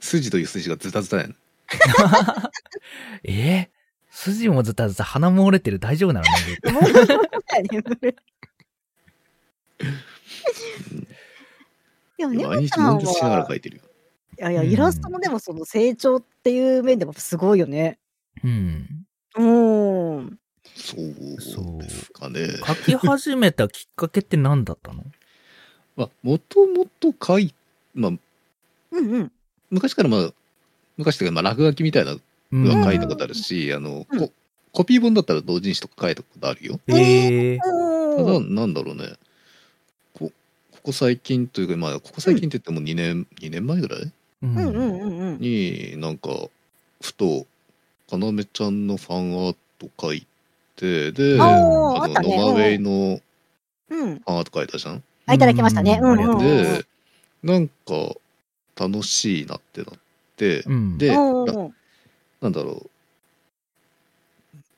筋という筋がズタズタやんえー筋もずたずた鼻も折れてる大丈夫な のねもう、そうだよ眠る。でも、毎猫日ちゃん文字しながらは、書いてるよいやいや、うんイラストもでもその成長っていう面でもすごいよね。うん。うーん。そうですかね書き始めたきっかけって何だったのまあもともと書いまあうんうん。昔からまあ昔というかまあ落書きみたいなうのんは書いたことあるし、あの、うんこコピー本だったら同人誌とか書いたことあるよ。えーたおだ、ーなんだろうね。こ、ここ最近というか、まあ、ここ最近って言っても2年、2年前ぐらいうんうんうんうんうん。に、なんか、ふと、かなめちゃんのファンアート書いて、で、ああーあの、ったね。ノマウェイのうん。ファンアート書いたじゃん。あ、いただきましたね。ううんんあうりがとんううん。で、なんか、楽しいなってなって、うん。で、おなーなんだろう。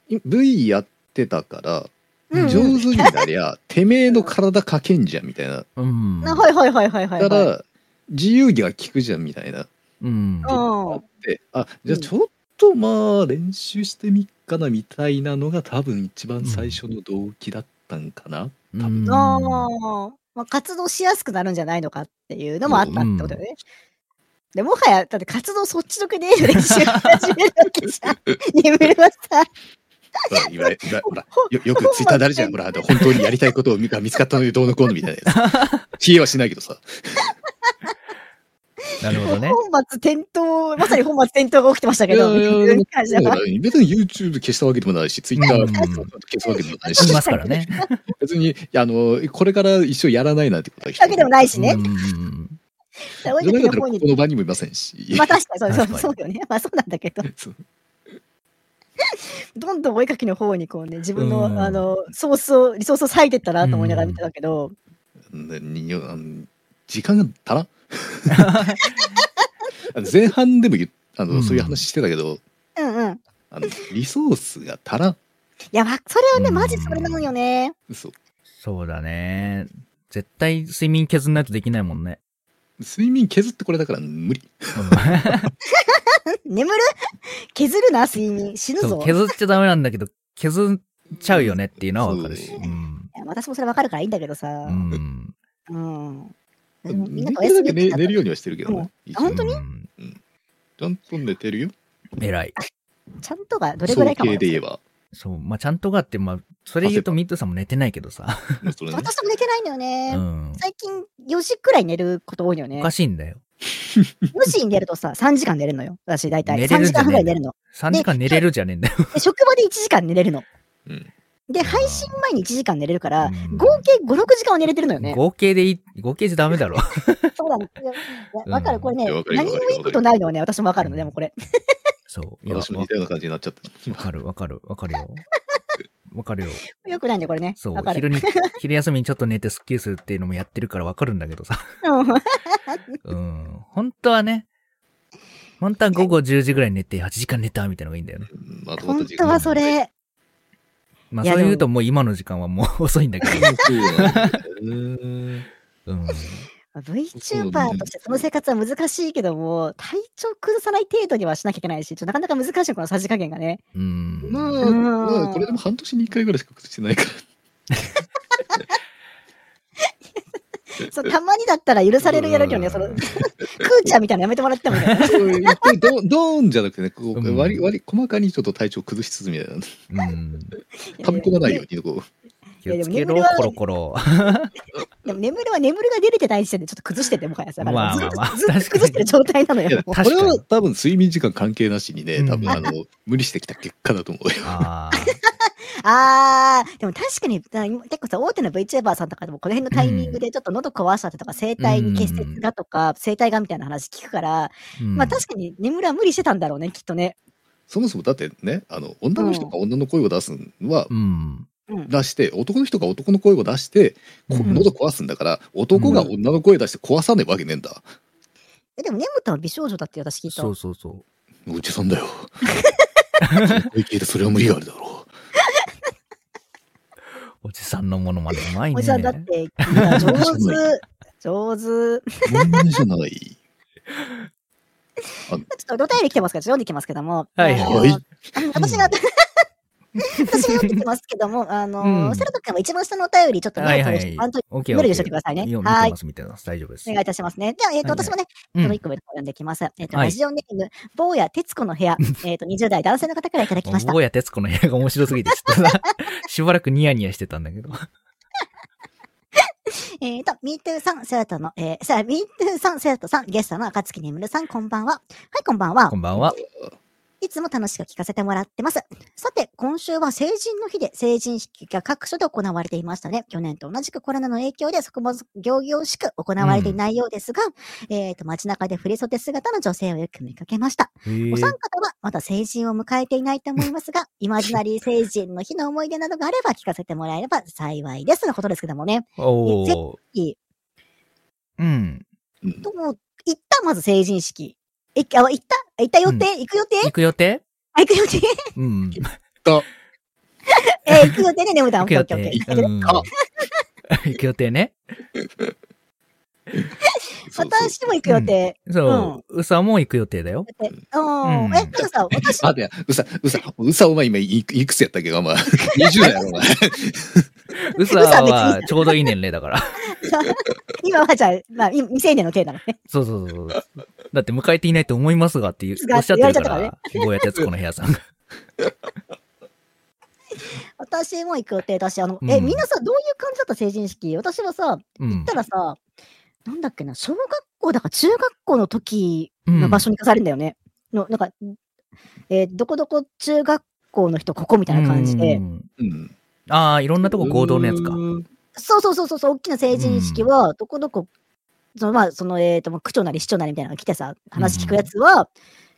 い V やってたから、うんうん上手になりゃ、てめえの体かけんじゃんみたいな。うん。なはいはいはいはいはいはだい。か、ら、自由気が効くじゃんみたいな。うん。うん。で、あ、じゃあうんちょっとまあ、練習してみっかなみたいなのが多分一番最初の動機だったんかな。多分うんあーまあ、活動しやすくなるんじゃないのかっていうのもあったってことだよね。でもはや、だって活動そっちのけで練習を始めるわけじゃん。眠るはさ、ほらいわゆるほらよよくツイッターであるじゃん。ほら、あの本当にやりたいことを見が見つかったのでどうのこうのみたいなやつ。消えはしないけどさ。なるほ どね。本末転倒、まさに本末転倒が起きてましたけど、いやいやいう感じだだかからら別に YouTube 消したわけでもないし、Twitter うん消したわけでもないいし、ますからね。別にあのこれから一生やらないなんてことは一わけでもないしうね。んうんだからじゃ置ないいときの方にだったらここ。の場にもいませんし。まあ確かにそうそう確かにそうよね。まあそうなんだけど、 そうどんどんお絵かきの方にこうね、自分の、うんあの、ソースを、リソースを割いてったなと思いながら見てたけど、ねにあの時間が足らんあの前半でも言っあの、うんそういう話してたけどうんうん。あのリソースが足らんいや、わそれはね、うんマジそれなのよね。そうそうだね。絶対睡眠削んないとできないもんね。睡眠削ってこれだから無理眠る削るな、睡眠。死ぬそうぞ。削っちゃダメなんだけど、削っちゃうよねっていうのはわかるし。そううん。いや私もそれわかるからいいんだけどさ。うん。うん。でうんみんなきとおるだ休けみ寝だ寝るようにはしてるけどね、一応本当にうんちゃんと寝てるよ偉い。ちゃんとがどれぐらいかも。総計で言え私ばそう。まあ、ちゃんとがあって、まあ、それ言うとミッドさんも寝てないけどさ。まあそれねも寝てないんだよね。うん。最近4時くらい寝ること多いよおねか。しいんだよ。無視に寝るとさ、3時間寝るのよ。私大体。寝れ3るん時じゃ間ぐねえらい寝るの。 3時間寝れるじゃねえんだよ。で職場で1時間寝れるの。うんで、配信前に1時間寝れるから、うん合計5、6時間は寝れてるのよね。合計でいい、合計じゃダメだろ。そうなの。いやいやわかうる、んこれねいやわ、かる何もいいことないのはね、私もわかるの、でもこれ。 そう。いや、わ私も似たような感じになっちゃったわかる、わかる、わかるよ。わかるよ。よくないんだよ、これね。そうわか、る昼。に、昼休みにちょっと寝てスッキリするっていうのもやってるからわかるんだけどさ。うんうん。本当はね、本当は午後10時ぐらいに寝て8時間寝たみたいなのがいいんだよね。うんまあ本当はそ。れ、まあいやそういうでともう今の時間はもう 遅いんだけ ど。そうなんだよねうん。 VTuber としてその生活は難しいけども、体調崩さない程度にはしなきゃいけないし、ちょっとなかなか難しいよこのさじ加減がね。うん。まあ、うんまあ、これでも半年に1回ぐらいしか告知してないから。そうたまにだったら許されるやるけどうね、ん その、クーちゃんみたいなのやめてもらってもいいね。そういう一回ドンドーンじゃなくてね、こうんう割り割り細かにちょっと体調崩しつつみたいな。うん。はみ込まないようにこ気をつけいやでも眠ろりは、コロコロ。でも眠るは眠るが出れてない時点でちょっと崩してて、もはやさ。だからまあずっとまあまあずっと確かに崩してる状態なのう。いやよ。もう確かこにれは多分睡眠時間関係なしにね、多うん分あの、無理してきた結果だと思うよ。あ あー、でも確かに、だ今結構さ、大手の VTuber さんとかでもこの辺のタイミングでちょっと喉壊したとか、声帯に結節がとか、声帯がみたいな話聞くから、あ。うんまあ確かに眠るは無理してたんだろうね、きっとね。そもそもだってね、あの、女の人が女の声を出すのは、うん。うん。出して、男の人が男の声を出して、こうん喉壊すんだから、男が女の声出して壊さないわけねえんだ。えでも眠ったは美少女だって私聞いたそ。うそうそう。おじさん だよ。声聞いてそれは無理があるだろう。おじさんのものまでうまいね。おじさんだって、いや上 手。上手。問題じゃない。ちょっとお便り来てますから、ちょっと読んでいきますけども。はいあのはいあの私が、 私が読んできますけども、あうの、んセルト君は一番下のお便り、ちょっとはい目をは通して、いあのと。オッケーオッケー無理しておいてくださいねいや見てはいます、見てます。大丈夫です。お願いいたしますね。では、えっと、はいはい私もね、うんその1個上の方読んでいきます。えっと、はいラジオネーム、坊や徹子の部 屋、えっと、20代男性の方からいただきました。坊や徹子の部屋が面白すぎて、ちょっと しばらくニヤニヤしてたんだけど。えっと、ミートゥーさん、セラトの、えー、さあ、ミートゥーさん、セラトさん、ゲストの赤月眠さん、こんばんは。はい、こんばんはこ。んばんは。いつも楽しく聞かせてもらってます。さて、今週は成人の日で成人式が各所で行われていましたね。去年と同じくコロナの影響でそこも行々しく行われていないようですが、えっ、と、街中で振り袖姿の女性をよく見かけました。へーお三方はまだ成人を迎えていないと思います が、イマジナリー成人の日の思い出などがあれば聞かせてもらえれば幸いです。のことですけどもね。おーいいうん。うんとも、行ったまず成人式。いあ、行った行った予定、行く予定 行く予定あ、行く予定 うん。えー、行く予定ね、眠たん。行く予オッケーオッケーオッケー定。うう んんあ 行く予定ね。そうそう私も行く予定。そう。うさも行く予定だ よ。だってうん。うんえ、でもさ、 私、 待てや、うさ、うさ、うさ、お前今いいくつやったっけお前。20代や ろ、お前。うさはちょうどいい年齢だから。今はじゃあ、まあ、い未成年の体なのね。 そうそうそうそう。だって迎えていないと思いますがって いうすがおっしゃってるか言われちゃら、坊や徹子の部屋さんが。私も行く予定だし、あの、え、うんみんなさ、どういう感じだった成人式私はさ、う行っんた。らさ、なんだっけな、小学校だから中学校の時うんの場所に行かされるんだよね。の、なんか、えーどこどこ中学校の人ここみたいな感じで、うんうん。ああ、いろんなとこ合同のやつか。そうそうそうそうそう、大きな成人式は、どこどこ、そのまあ、その、えっ、と、まあ区長なり市長なりみたいなのが来てさ、話聞くやつは、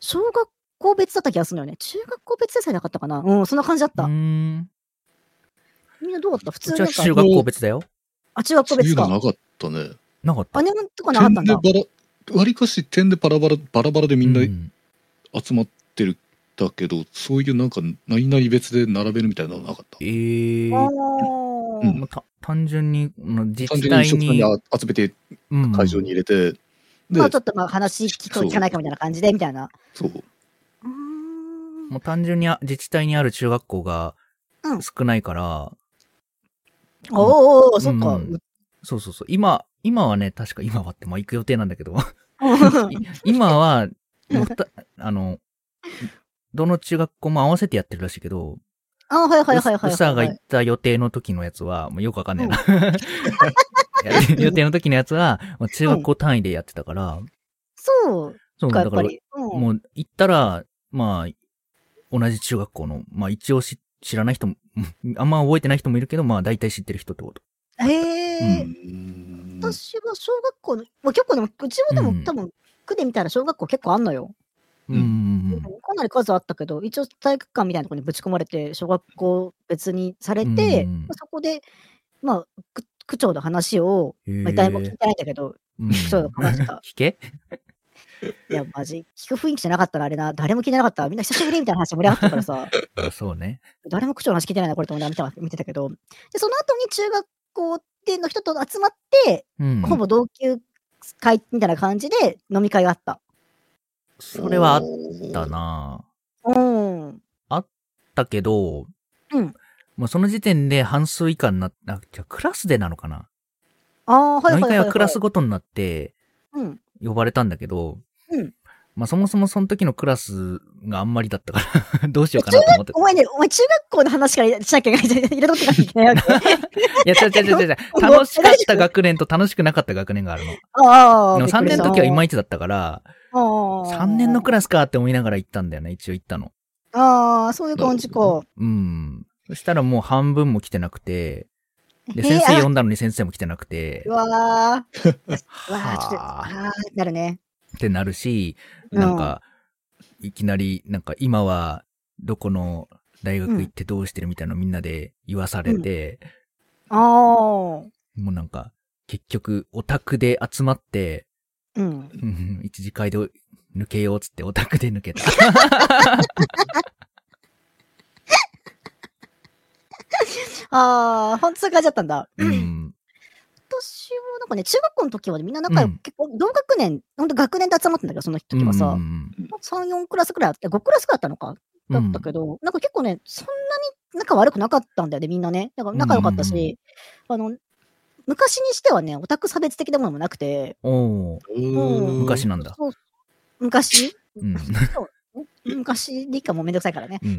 小学校別だった気がするのよね。中学校別でさえなかったかな。うん、そんな感じだっうた。ーん。みんなどうだった普通うちなはんか。中学校別だよ。あ、中学校そうい別うのか。なかったね。なかった。あ、ね、とかなかったんだ。点でバラ、わりかし点でバラバラ、バラバラでみんなうん集まってるんだけど、そういうなんか、何々別で並べるみたいなのなかったえ。え。あうーんもうた単純に、うん自単治純に体食に、堂に集めてうん会場に入れて、でまあ、ちょっとまあ話聞こう聞かないかみたいな感じで、みたいな。そう。うーんもう単純にあ自治体にある中学校がうん少ないから、おーおーおー、そっか。うんそうそうそう。今、今はね、確か今はって、まあ行く予定なんだけど、うんい今は、もうたあの、どの中学校も合わせてやってるらしいけど、 あ、はいはいはいはいはい。うさが行った予定の時のやつは、もうよくわかんない な。予定の時のやつは、もう中学校単位でやってたから、そうそう、か、やだっかぱら、り。うんもう行ったら、まあ、同じ中学校の、まあ一応し知らない人も、 うんあんま覚えてない人もいるけど、まあ大体知ってる人ってこと。へうえ、ん私は小学校の、まあ、結構でも、うちもでも、うん多分、区で見たら小学校結構あんのよ。ううんんうんかなり数あったけど、一応体育館みたいなところにぶち込まれて、小学校別にされて、うんまあそこで、まあ、区区長の話を、うん。 まあ、誰も聞いてないんだけど、うん区長の話が。聞けいや、マジ、聞く雰囲気じゃなかったらあれな、誰も聞いてなかった。みんな久しぶりみたいな話で盛り上がったから さ、あそうね。誰も口調の話聞いてないな、これと思って見てた見てたけど、で、その後に中学校での人と集まって、うん。ほぼ同級会みたいな感じで飲み会があった。それはあっったた。なうん。だけど、うん。もうその時点で半数以下になっあじゃあクラスでなのかなああ、はいはい飲みはい、会は。はいクラスごとになってうん。呼ばれたんだけど、うん。まあそもそもその時のクラスがあんまりだったから、 どうしようかなと思ってお。前ね、お前中学校の話からしなきゃいけない。入れとってなきゃいけ ないわけ。いや、違う違う違う違う。楽しかった学年と楽しくなかった学年があるの。ああ。でも3年の時はいまいいちだったから、 3 3年のクラスかって思いながら行ったんだよね、一応行ったの。ああ、そういう感じか。うん。そしたらもう半分も来てなくて、で、へえ先生呼んだのに先生も来てなくてう、わー。うわー、ちょっと、はああーなるね。ってなるし、うんなんか、いきなり、なんか今は、どこの大学行ってどうしてるみたいなのみんなで言わされて、ああ。もうなんか、結局、オタクで集まって、うん。うん一次会で抜けようっつってオタクで抜 けた。ああ、ほんとそういう感じだったんだ。うん。私はなんかね、中学校の時はねみんな仲良うく、ん結構、同学年、ほんと学年で集まってんだけど、その時はうさ、ん3、4クラスくらいあって、5クラスくらいあったのかだったけど、なんか結構ね、そんなに仲悪くなかったんだよね、みんなね。なんか仲良かったし、あの、昔にしてはね、オタク差別的なものもなくて、おーうん昔なんだ。そう昔、うんそう昔でいいかもうめんどくさいからね。うん。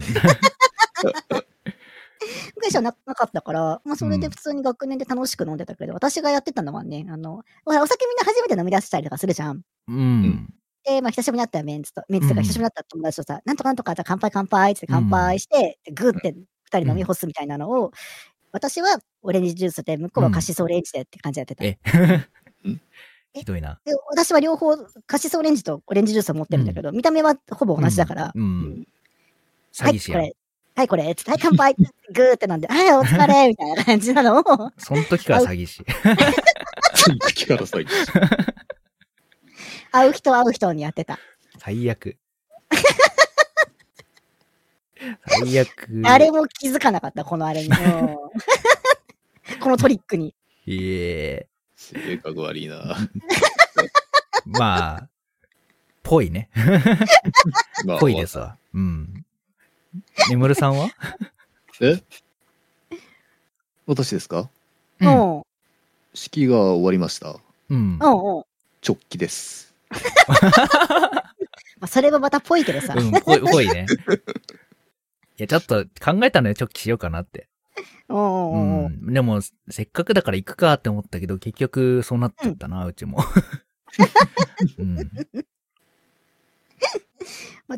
昔はななかったから、まあ、それで普通に学年で楽しく飲んでたけど、私がやってたのはね、あの、ほらお酒みんな初めて飲み出したりとかするじゃん。うん。 で、まあ、久しぶりに会ったメンツと、メンツとかうん久しぶりに会った友達とさ、なんとかなんとか、じゃあ乾杯乾杯っつって乾杯して、でグーって二人飲み干すみたいなのを、私はオレンジジュースで、向こうはカシスオレンジでって感じでやってた。え、ひどいな。で、私は両方カシスオレンジとオレンジジュースを持ってるんだけど、見た目はほぼ同じだから、うん。は詐欺い、師こや。れ。はい、これ。つってはい、乾杯。グーって飲んで、はい、お疲れ。みたいな感じな のを、その時から詐欺 師。さ っきからさ、会う人会う人にやってた。最 悪。最悪。誰も気づかなかった、このあれに。 うんこのトリックに。いえ。性格悪いな。まあ、ぽいね。まあぽいですわ。うん。ねむるさんはえ私ですかうん。う。ん式が終わりました。うん。うん。ま直帰です。あ、それはまたぽいけどさ。うん、ぽい、ぽいね。いや、ちょっと考えたのよ、直帰しようかなって。うんううんうん。ん。でも、せっかくだから行くかって思ったけど、結局そうなっちゃったな、う ちも。うん。まあ、直帰も、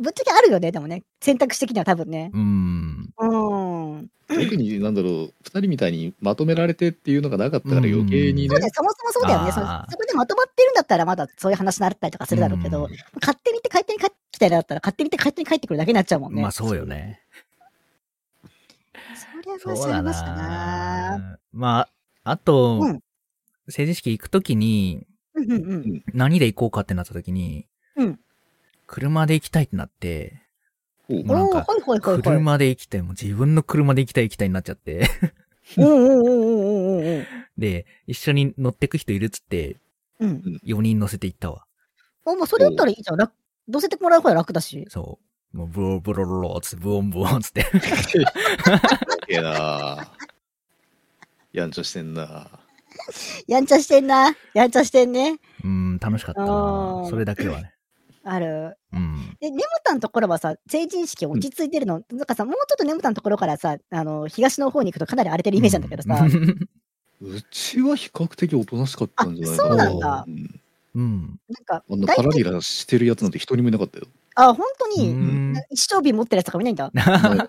ぶっちゃけあるよね、でもね。選択肢的には多分ね。うん。うん。特に、なんだろう、二人みたいにまとめられてっていうのがなかったから余計にそうだねよ、。そもそもそうだよね。そあーそこでまとまってるんだったら、まだそういう話になったりとかするだろうけど、うん勝手に行って勝手に帰ってきたりだったら、勝手に行って勝手に帰ってくるだけになっちゃうもんね。まあ、そうよね。それはそうそれだはそうだな。な。まあ、あと、うん成人式行くときに、うんうんうん。何で行こうかってなったときに、うん車で行きたいってなって、ほうもうなんおかーほいほいほいほい。車で行きたい、もう自分の車で行きたい行きたいになっちゃって、 うんうんうんうんうんうんで、一緒に乗ってく人いるっつって、うん。うん。 4人乗せて行ったわ。あ、もうそれだったらいいじゃん。楽乗せてもらう方が楽だし。そう。もうブロブロロロつって、ブオンブオンつって。 ええなやんちゃしてんなやんちゃしてんな。やんちゃしてんね。うん、楽しかったあなーそれだけはね。ある。うん。で、ネムタのところはさ、成人式落ち着いてるの。なんかさ、もうちょっとネムタのところからさ、あの、東の方に行くとかなり荒れてるイメージなんだけどさ。うちは比較的おとなしかったんじゃないあかそうな。なんだうんうん。 なんか、あんな大パラ体、リラしてるやつなんて一人もいなかった よ。あ、本当うに、ん。一生瓶持ってるやつとかい ないんだ。ないないない本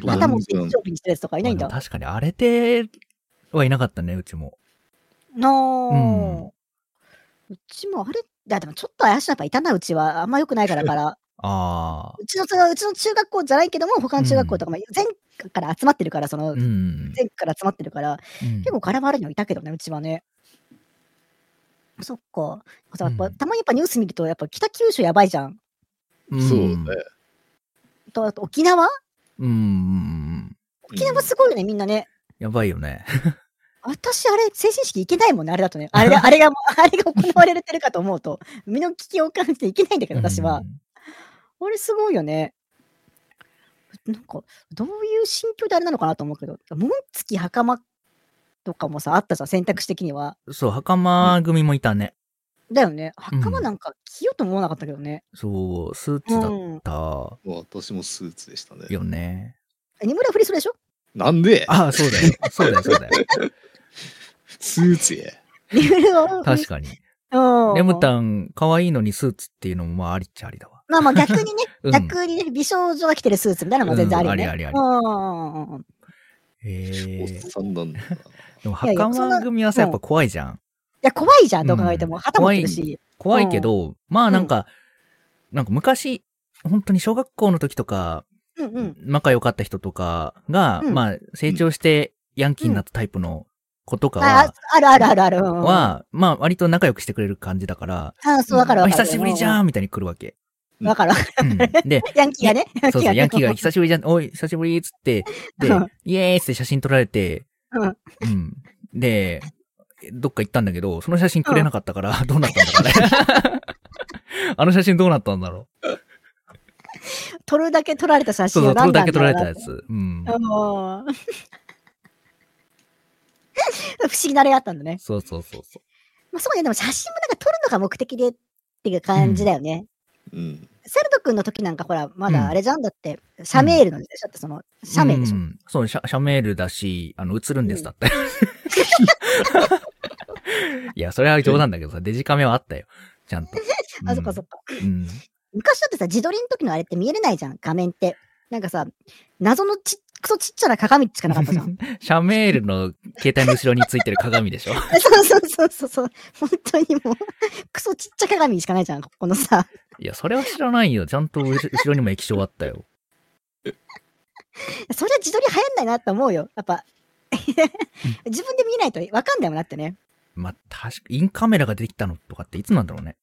当まあ旗持っ全て一然生瓶にしてるやつとかいないんまだ。あ でも確かに荒れてはいなかったね、うちも。なうんあ。うちもあれ、いやでもちょっと怪しいのやっぱいたな、うちは。あんま良くないから から。あうちの、そのうちの中学校じゃないけども、他の中学校とかも全国から集まってるから、そあ。のう、ん。全国から集まってるから、うん結構絡まるのいたけどね、うちはね。そっか。やっぱうんたまにやっぱニュース見ると、やっぱ北九州やばいじゃん。うんそうね。とあと沖縄うんうんうん。沖縄すごいよね、みんなね。やばいよね。私、あれ、成人式行けないもんね、あれだとね。あれ だ、あれが、あれが行われてるかと思うと、身の危機を感じていけないんだけど、私はう。んあれ、すごいよね。なんか、どういう心境であれなのかなと思うけど、紋付き袴とかもさ、あったじゃん、選択肢的には。そう、袴組もいたね。だよね。うん袴なんか着ようと思わなかったけどね。そう、スーツうだっん。たうん私もスーツでしたね。よね。二村フリソでしょなんであ、そうだよ。そうだよ、そうだよ。 スーツや。二村は。確かに。うん。レムタン、可愛いのにスーツっていうのもまあありっちゃありだわ。まあまあ逆にね、うん。逆にね、美少女が着てるスーツみたいなのも全然あるよね。うんありありありうんうんえおっー、さんなんだな。でもいやいやそんな袴組はさ、やっぱ怖いじゃん。いや、怖いじゃん、どう考えても。うん旗持ってるし。怖いけど、まあなんか、なんか昔、本当に小学校の時とか、うんうん。仲良かった人とかが、うんまあ成長してヤンキーになったタイプの子とかあは、あるあるあるある。うん、はまあ割と仲良くしてくれる感じだから、あそう、わかるあわかる。久しぶりじゃんみたいに来るわけ。うん。わかるわかる。 うん、で、ヤンキーがね。 そうそう、ヤンキーがね久しぶりじゃん、おい、久しぶりっつって、でうん、イエーイっつって写真撮られて、うんうん。で、どっか行ったんだけど、その写真くれなかったから、どうなったんだろうね。 あの写真どうなったんだろ撮るだけ撮られた写う。そ真うそう、が撮る何なだんだけ撮ろらうれなたやつ。うん。うん 不思議な例あったんだね。そうそうそうそまあ、そうね、でも写真もなんか撮るのが目的でっていう感じだよね。うん。セルト君の時なんかほら、まだあれじゃんだって、社メールの時でしょだってその、う。社名でしょ、うんそう、社社メールだし、あの、映るんですだったよ。 いや、それは冗談だけどさ、デジカメはあったよ。ちゃんと。あ、そっかそっか。うん。うん。昔だってさ、自撮りの時のあれって見えれないじゃん、画面って。なんかさ、謎のちっクソちっちゃな鏡しかなかったじゃ ん。社メールの携帯の後ろについてる鏡でしょそうそうそうそうそう。本当にもう、クソちっちゃ鏡しかないじゃん、ここのさ。いや、それは知らないよ。ちゃんと後後ろにも液晶あったよ。それは自撮り流行んないなって思うよ。やっぱ。自分で見えないとわかんないもんなってね。まあ、確か、インカメラが出てきたのとかっていつなんだろうね。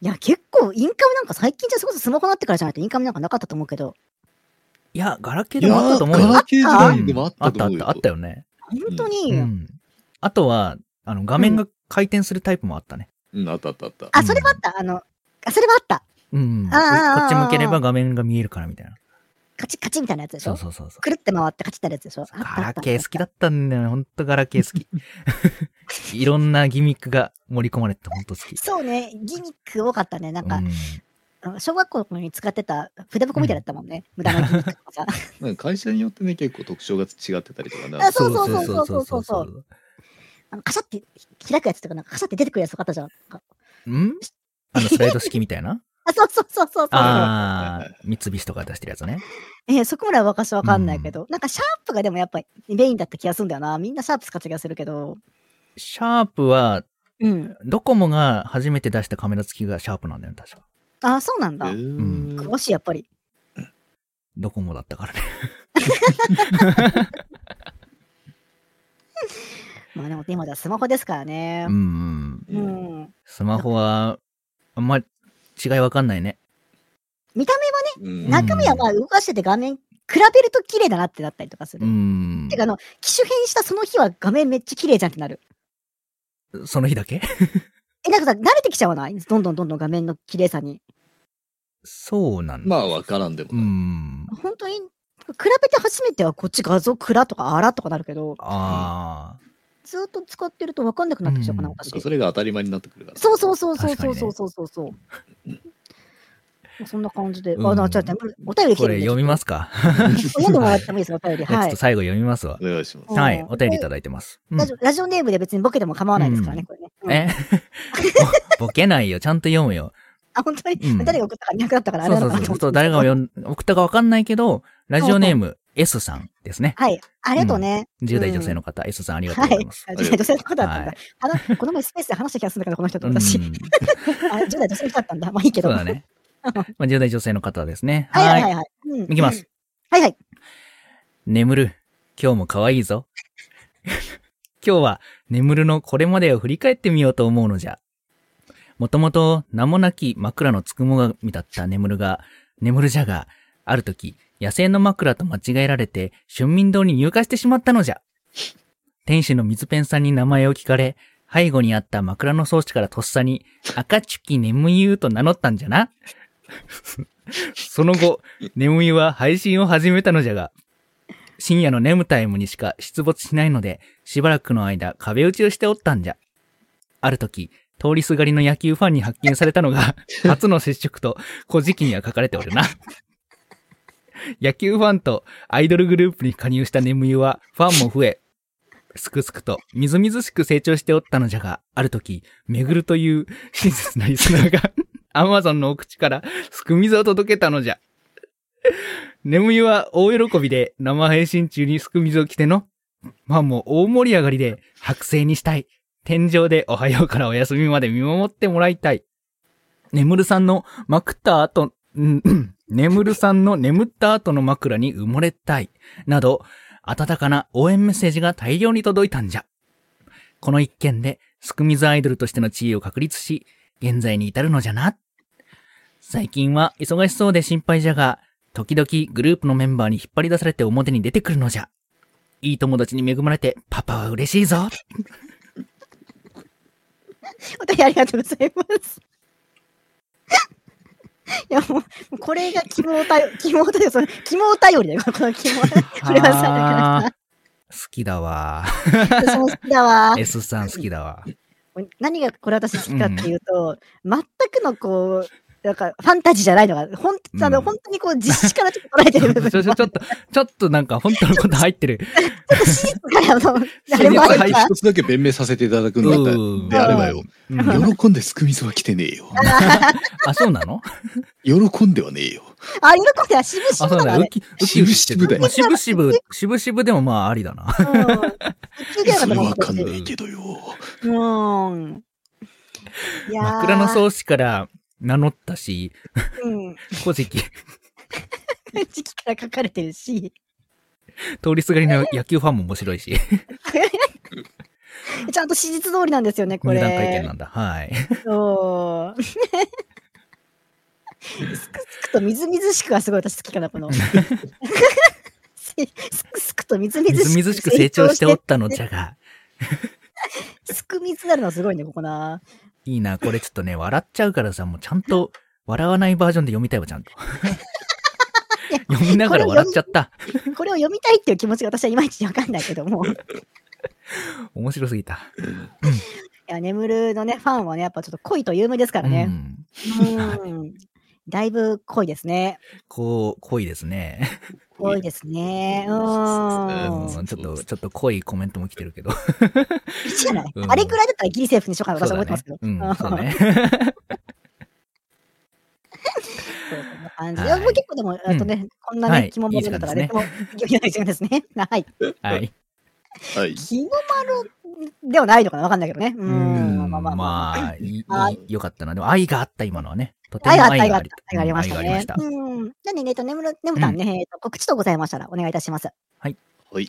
いや、結構、インカムなんか最近じゃそれこそスマホになってからじゃないとインカムなんかなかったと思うけど。いや、ガラケーいでやもあったー、とガ思うよ。ラケー時あ代でもあったとあっ思た、あうよ。った、あったよね。本当に、うん。あとは、あの、画面が回転するタイプもあったね。うん、あったあったあった。あ、それはあった。あの、あ、それはあった。うん。こあーこっち向ければ画面が見えるからみたいな。カチッカチッみたいなやつでしそょうそうそうそう。くるって回ってカチッってやるやつでしょあったあったガラケー好きだったんだよね。ほんとガラケー好 き。いろんなギミックが盛り込まれててほんと好き。そうね、ギミック多かったね。なんかう、んあの小学校の頃に使ってた筆箱みたいだったもんね。無駄なギミックとか さ。なんか会社によってね、結構特徴が違ってたりとかな。あそうそうそうそうそうそうあのカシャって開くやつとか、なんかカシャって出てくるやつとかあったじゃん。なんかんあの、スライド式みたいなあ、 そうそうそうそうそう。ああ、三菱とか出してるやつね。えーそこまでは私わかんないけど、なんかシャープがでもやっぱりメインだった気がするんだよな。みんなシャープ使った気がするけど。シャープは、うん。ドコモが初めて出したカメラ付きがシャープなんだよね、確か。あ、そうなんえだ。ーうん詳しい、やっぱり。ドコモだったからね。まあでも今ではスマホですからねうん、。うん。ううんん。スマホは、あんま違いわかんないね。見たうん目、中身はまあ動かしてて画面比べると綺麗だなってなったりとかすうる。んて。かあの、機種変したその日は画面めっちゃ綺麗じゃんってなる。その日だけ え、なんかさ、慣れてきちゃわないどんどんどんどん画面の綺麗さに。そうなんだ。まあ、わからんでもうない。ん。本当に、比べて初めてはこっち画像暗とか荒とかなるけど、あずっと使ってると分かんなくなってきちゃうかな、うん私そ。うそれが当たり前になってくるから。そうそうそうそう確かそうにねそうそうそうそう。そんな感じで、うんあ、なちょっとお便り来てあ。こるんれで読みますか読んでもらってもいいですよ、お便り。じゃあはち ょっいと。最後読みますわ。お願いします。うんはい。お便りいただいてます。うんラジオラジオネームで別にボケても構わないですからね、うこんれね。うんえ ぼぼけないよ。ちゃんと読むよ。あ、本当に、うん誰が送ったかいなくなったから、あそれうなそのうかそなう。とちょ思っってと誰が読ん送ったかわかんないけど、ラジオネーム S さんですね。はい。ありがとうね。 10代女性の方、S さんありがとうございます。あ10代女性の方だったんだは。あの、この前スペースで話した気がするんだけど、この人とうん私。あ、10代女性の人だったんだ。まあいいけそど。う だね。まあ、10代女性の方ですね。はいはいはいい。はい。うんいきます。。はいはい。眠る。今日も可愛いぞ。 今日は眠るのこれまでを振り返ってみようと思うのじゃ。もともと名もなき枕のつくも神だった眠るが、眠るじゃが、ある時、野生の枕と間違えられて、春民堂に入荷してしまったのじゃ。天使の水ペンさんに名前を聞かれ、背後にあった枕の装置からとっさに、赤チュキ眠ゆうと名乗ったんじゃな。その後、眠いは配信を始めたのじゃが、深夜の眠タイムにしか出没しないので、しばらくの間壁打ちをしておったんじゃ。ある時、通りすがりの野球ファンに発見されたのが、初の接触と、古事記には書かれておるな。 野球ファンとアイドルグループに加入した眠いは、ファンも増え、すくすくと、みずみずしく成長しておったのじゃが、ある時、めぐるという親切なリスナーが、 アマゾンのお口から、すく水を届けたのじゃ。眠いは大喜びで、生配信中にすく水を着ての、ファンも大盛り上がりで、白製にしたい。天井でおはようからお休みまで見守ってもらいたい。眠るさんのまくった後、んうん 眠るさんの眠った後の枕に埋もれたい。など、温かな応援メッセージが大量に届いたんじゃ。この一件で、スクミズアイドルとしての地位を確立し、現在に至るのじゃな。最近は忙しそうで心配じゃが、時々グループのメンバーに引っ張り出されて表に出てくるのじゃ。いい友達に恵まれて、パパは嬉しいぞ。お便りありがとうございます。 いやもうもう、これが肝おたよ、肝おたよ、その、肝お便りだよ、この 肝。 これはさ、あー好きだわ。私も好きだわ。 S さん好きだ わ。何がこれ私好きかっていうと、全くのこう、なんかファンタジーじゃないのが、ほんあの、うん本当にこう実施からちょっと捉えてちょるっ部分と、 も。ちょっと、ちょっとなんか本当のこと入ってる。史実からの、あれ史実もあるかはら一。つだけ弁明させていただくのだうんであればよ、うん喜んですくみそは来てねえよ。あ、そうな の喜んではねえよ。あ、今こでは渋あ、々そうだなな、のね浮。き、浮き浮きして渋々る。だよまあ渋々、渋々でもまあありだな。うん。一級そだれなはわとか思っんないけどよ。て。うん。いやー枕の装置から名乗ったし、うん。 古事記、時期から書かれてるし。 通りすがりの野球ファンも面白いし、ちゃんと史実通りなんですよね、こ入れ。団会見なんだ。はい。そう。すくすくとみずみずしくは すごい私好きかな、この。すくすくとみずみみずずみずしく成長しておったのじゃが、すくみずなるのはすごいね、ここな。いいな、これちょっとね、笑っちゃうからさ、もうちゃんと、笑わないバージョンで読みたいわ、ちゃんと。読みながら笑っちゃった。これを読みたいっていう気持ちが私はいまいちわかんないけど も。い面白すぎた。や、眠るのね、ファンはね、やっぱちょっと濃いと有名ですからうね。ん。うん。だいぶ濃いですね。こう、濃いですね。濃いですね。ううんん。ちょっと、ちょっと濃いコメントも来てるけど。いいじゃないうんあれくらいだったらギリセーフにしようかな、私はそう思っだてますけねど。。 うん、そううんね。そうそんな感じ。はいもう結構でも、あとね、こんなはね、い肝も出るからね、いいでも、いやいい時間ですね。はい。はい。はい。肝丸ではないのかなわかんないけどね。うー。うんん、まあまあまあ。まあ、いいはいいよかったな。でも愛があった、今のはね。とても愛愛があった、愛があがあっりた、愛がありました愛がありまねした。うん。なんでね、えっと、眠る、眠たんね、えっと、告知とございましたら、お願いいたします。はい。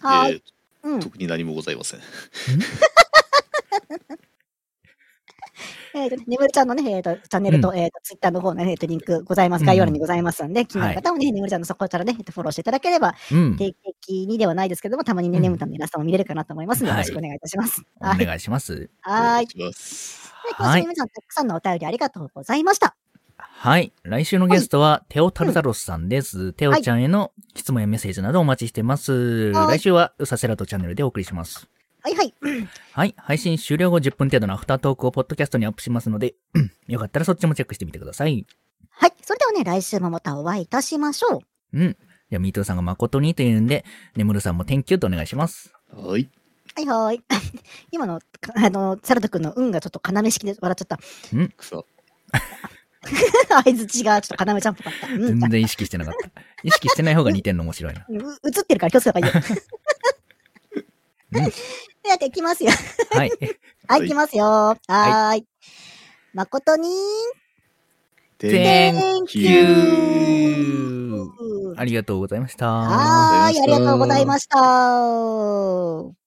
ははいいうん。特に何もございません。えっとね、眠るちゃんのね、えっと、チャンネルと、うえっと、ツイッターの方のね、えっと、リンクございまうす。ん概要欄にございますんで、気になる方もね、眠るちゃんのそこからね、えっとフォローしていただければ、うん。定期的にではないですけども、たまにね、うん眠たんのイラストも見れるかなと思いますので、よはろいしくお願いいたします。おはい。願いします。はーい。お願いします。はい、今は週いも皆さん、たくさんのお便りありがとうございました。はい。来週のゲストは、テオタルタロスさんです。テオちゃんへの質問やメッセージなどお待ちしてます。はい来週は、うさせらとチャンネルでお送りします。はいはい。はい。配信終了後10分程度のアフタートークをポッドキャストにアップしますので、うんよかったらそっちもチェックしてみてください。はい。それではね、来週もまたお会いいたしましょう。うん。じゃあ、ミートさんが誠にというんで、ねむるさんも天気をとお願いします。はい。はいはーい。 今の、かあの、サラト君の運がちょっと要式で笑っちゃった。 草。相づちがちょっと要ちゃんっぽかった。うん。全然意識してなかった。意識してない方が似てんの面白いな。う映ってるから気をつけた方がいいよ。うん では、行きますよ。 はい。ははいい、行きますよ。はーい。誠に、 Thank you. ありがとうございました。はーい、あありりががととううごござざいいまました。